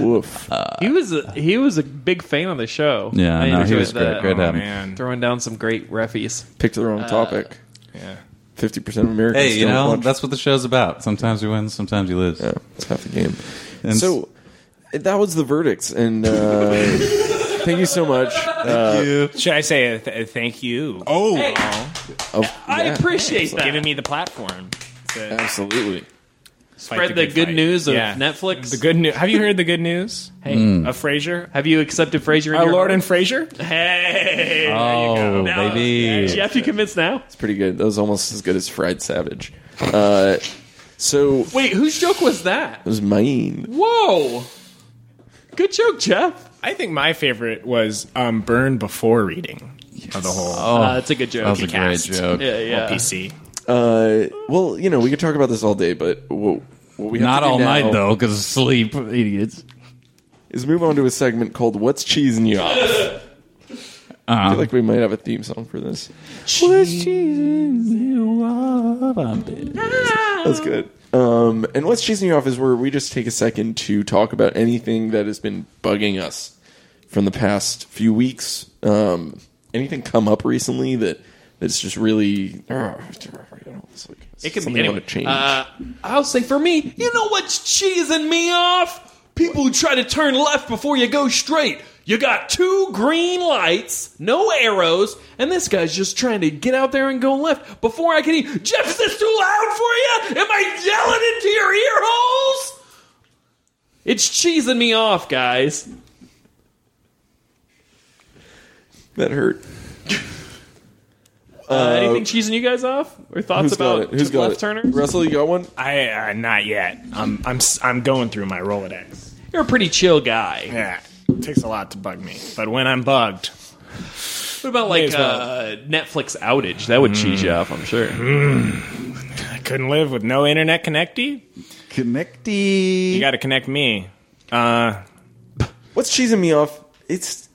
Woof. He was a, he was a big fan of the show. Yeah, I no, he enjoyed was great. that. Great oh, having. man. Throwing down some great reffies. Picked the wrong topic. Yeah. Fifty percent of Americans. Uh, Hey, you don't know watch- that's what the show's about. Sometimes you win, sometimes you lose. Yeah, it's half the game. And so that was the verdicts, and uh, thank you so much. Uh, Should I say a th- a thank you? Oh, of- I yeah, appreciate that. giving me the platform. to Absolutely. fight Spread the good fight. news of Yeah. Netflix. The good news. Have you heard the good news? Hey, Mm. of Frasier. Have you accepted Frasier? in Uh, your Lord and heart? Frasier. Hey, Oh, Now- baby. Jeff, you convinced now? It's pretty good. That was almost as good as Fried Savage. Uh, so it Wait, whose joke was that? was mine. Whoa, good joke, Jeff. I think my favorite was um, burn before reading of the whole Oh, Uh, that's a good joke. that was a great cast. joke. yeah, yeah. PC. Uh, well, you know, we could talk about this all day, but what, what we have Not to do all now night though, because sleep, idiots. Is move on to a segment called "What's Cheesing You Off." Uh-huh. I feel like we might have a theme song for this. That's good. Um, and what's cheesing you off is where we just take a second to talk about anything that has been bugging us from the past few weeks. Um, anything come up recently that that's just really. Uh, it's like it could be want anyone. to change. Uh, I'll say for me, you know what's cheesing me off? People who try to turn left before you go straight. You got two green lights, no arrows, and this guy's just trying to get out there and go left before I can even. Jeff, is this too loud for you? Am I yelling into your ear holes? It's cheesing me off, guys. that hurt. Uh, anything cheesing you guys off? Or thoughts Who's got about it? Who's got left it? turners? Russell, you got one? I uh, not yet. I'm I'm s- I'm going through my Rolodex. You're a pretty chill guy. Yeah, it takes a lot to bug me, but when I'm bugged, What about like as well. uh, Netflix outage? That would cheese Hmm. you off, I'm sure. I couldn't live with no internet connecty. Connecty. You got to connect me. Uh, What's cheesing me off? It's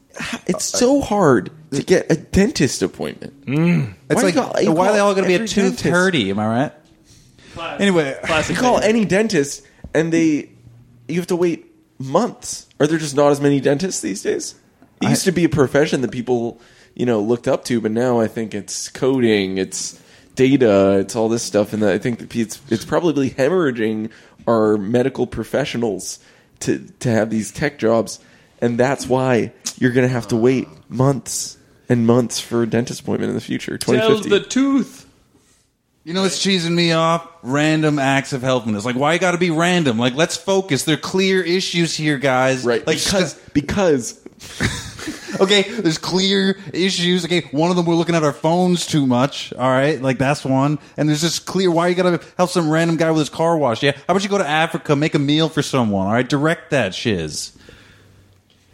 it's so hard to get a dentist appointment. Mm. It's Why like you call- you why are they call all going to be every at two thirty? Am I right? Anyway, You call any dentist, and they you have to wait months. Are there just not as many dentists these days? It used to be a profession that people you know looked up to, but now I think it's coding, it's data, it's all this stuff, and I think that it's it's probably hemorrhaging our medical professionals to to have these tech jobs, and that's why you're going to have to wait months. And months for a dentist appointment in the future. Tells 2050. the tooth. you know what's cheesing me off? Random acts of helpfulness. Like, why you got to be random? Like, let's focus. There are clear issues here, guys. right. Like, because, because okay, there's clear issues. Okay, one of them we're looking at our phones too much. All right, like that's one. And there's this clear why you gotta help some random guy with his car wash. Yeah, how about you go to Africa, make a meal for someone? All right, direct that shiz.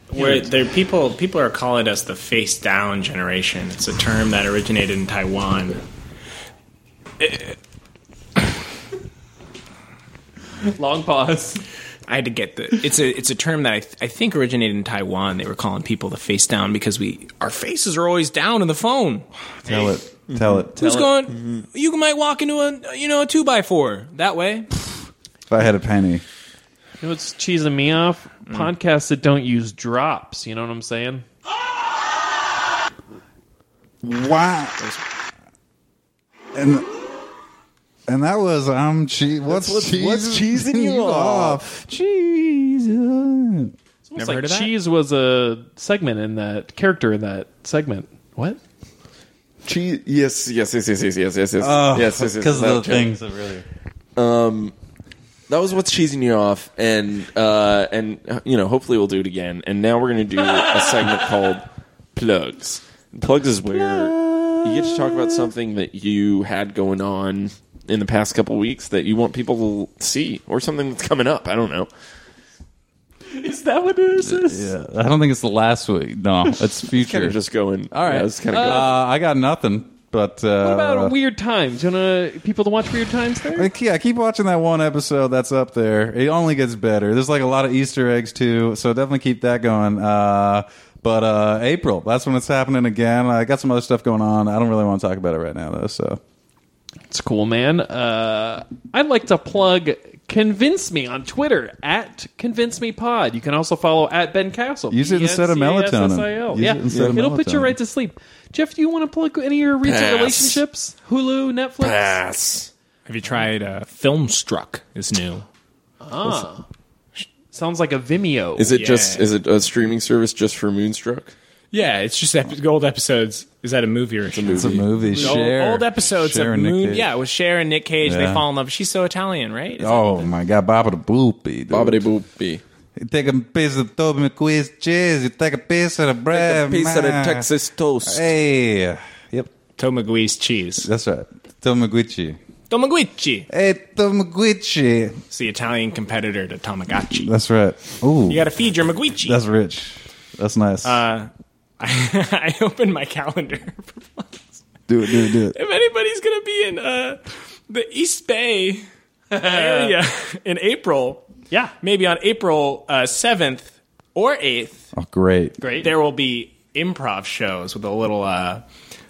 where there people people are calling us the face down generation. It's a term that originated in Taiwan. Long pause. I had to get the. It's a it's a term that I, th- I think originated in Taiwan. They were calling people the face down because we our faces are always down in the phone. Tell it. Tell it. Who's going? You might walk into a you know a two by four that way. If I had a penny. You know what's cheesing me off? Mm. Podcasts that don't use drops. You know what I'm saying? Wow. And and that was um che- what's what's- what's cheesing you off? Cheese. It's almost Never like heard of that? cheese was a segment in that character in that segment. What? Cheese. Yes, yes, yes, yes, yes, yes, yes, yes. Oh, yes, yes, yes, because that of the joke. things that really. That was what's cheesing you off, and uh, and uh, you know, hopefully we'll do it again. And now we're gonna do a segment called plugs. Plugs is where you get to talk about something that you had going on in the past couple weeks that you want people to see or something that's coming up. I don't know. Is that what it is? Yeah, I don't think it's the last week. No, it's Kind future. of just going. All right, yeah, it's kind of uh, I got nothing, but uh, What about Weird Times? You want people to watch Weird Times there? Like, yeah, keep watching that one episode that's up there. It only gets better. There's like a lot of Easter eggs too, so definitely keep that going. Uh, but uh, April, that's when it's happening again. I got some other stuff going on. I don't really want to talk about it right now though. So It's cool, man. Uh, I'd like to plug Convince Me on Twitter at Convince Me Pod. You can also follow at Ben Castle. E Use it instead of melatonin. B-E-N-C-A-S-S-I-L. Use yeah, it instead of it'll put you melatonin. right to sleep. Jeff, do you want to plug any of your recent Pass. relationships? Hulu, Netflix. pass. Have you tried uh, Filmstruck? Is new. Sounds like a Vimeo. Is it Yeah. just? Is it a streaming service just for Moonstruck? Yeah, it's just ep- old episodes. Is that a movie or a it's a movie. Old, Share old episodes Share of and Nick Moon. Cage. Yeah, with Cher and Nick Cage, Yeah. they fall in love. She's so Italian, right? Oh my God, Baba the Boopy. dude. Bobbity boop bee. You take a piece of Toby McQueen's cheese. You take a piece of the bread. man. toast. Hey, yep, Tomagui's cheese. that's right. Toby McGuichi. Tomaguichi. Hey, Toby McGuichi. It's the Italian competitor to Tamagotchi. That's right. Ooh, You got to feed your Maguichi. that's rich. That's nice. I opened my calendar. for plugs. do it, do it, do it. if anybody's gonna be in uh, the East Bay area in April, yeah, maybe on April uh, seventh or eighth, Oh, great. Great. there will be improv shows with a little. Uh,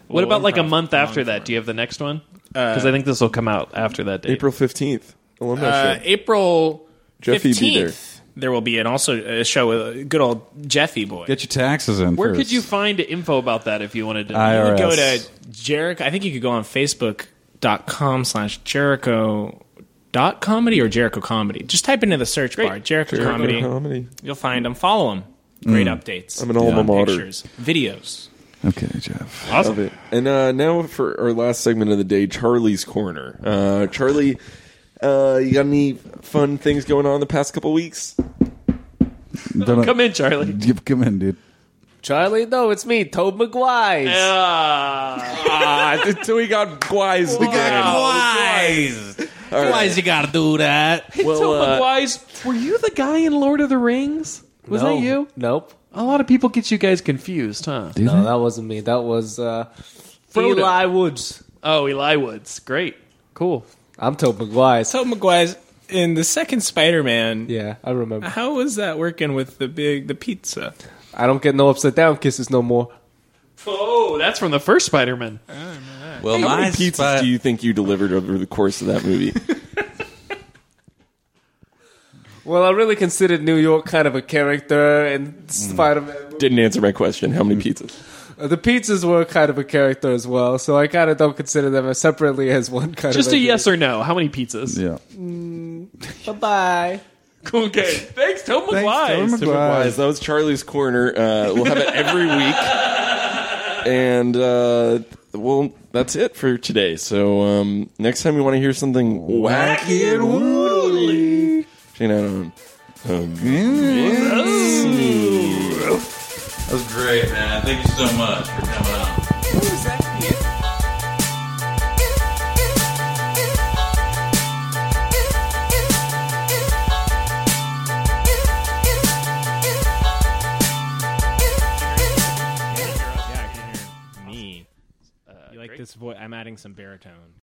what about like a improv month after that? Do you have the next one? Because I think this will come out after that date. April fifteenth. Alumni uh, show. April Jeffy be there. fifteenth? There will be an also a show with a good old Jeffy boy. Get your taxes in. Where first. could you find info about that if you wanted to? I- you could go IRS. to Jericho. I think you could go on Facebook.com slash Jericho dot comedy or Jericho comedy. Just type into the search bar Jericho, comedy. Comedy. You'll find them. Follow them. Great updates. I'm an alma Yeah. mater. Pictures, videos. Okay, Jeff. Love it. And uh, now for our last segment of the day, Charlie's Corner. Uh, Charlie, uh, you got any fun things going on the past couple weeks? Don't Come in, Charlie. Yep, Come in, dude. Charlie, no, it's me, Tobe McGuire. Uh, Ah, until we got Gwise. We Why's you gotta do that? Well, Wise, were you the guy in Lord of the Rings? Was No. that you? Nope. A lot of people get you guys confused, huh? No, that wasn't me. That was uh, Frodo. Eli Woods. Oh, Eli Woods. Great. Cool. I'm Tobe McGuire. So McGuire's in the second Spider-Man. Yeah, I remember. How was that working with the big the pizza? I don't get no upside down kisses no more. Oh, that's from the first Spider Man. Well, How many pizzas do you think you delivered over the course of that movie? Well, I really considered New York kind of a character and Spider-Man. Didn't answer my question. How many pizzas? Uh, The pizzas were kind of a character as well, so I kind of don't consider them as separately as one kind Just of. a yes or no. How many pizzas? Yeah. Bye bye. Okay. Thanks, Tom McGuire. Toby McGuire. Guys, that was Charlie's Corner. Uh, we'll have it every week. And, uh, well, that's it for today. So um, next time you want to hear something wacky and woolly, Shane Adam. That was great, man. Thank you so much for coming on. Uh, Yeah, I can hear me. You like this voice? I'm adding some baritone.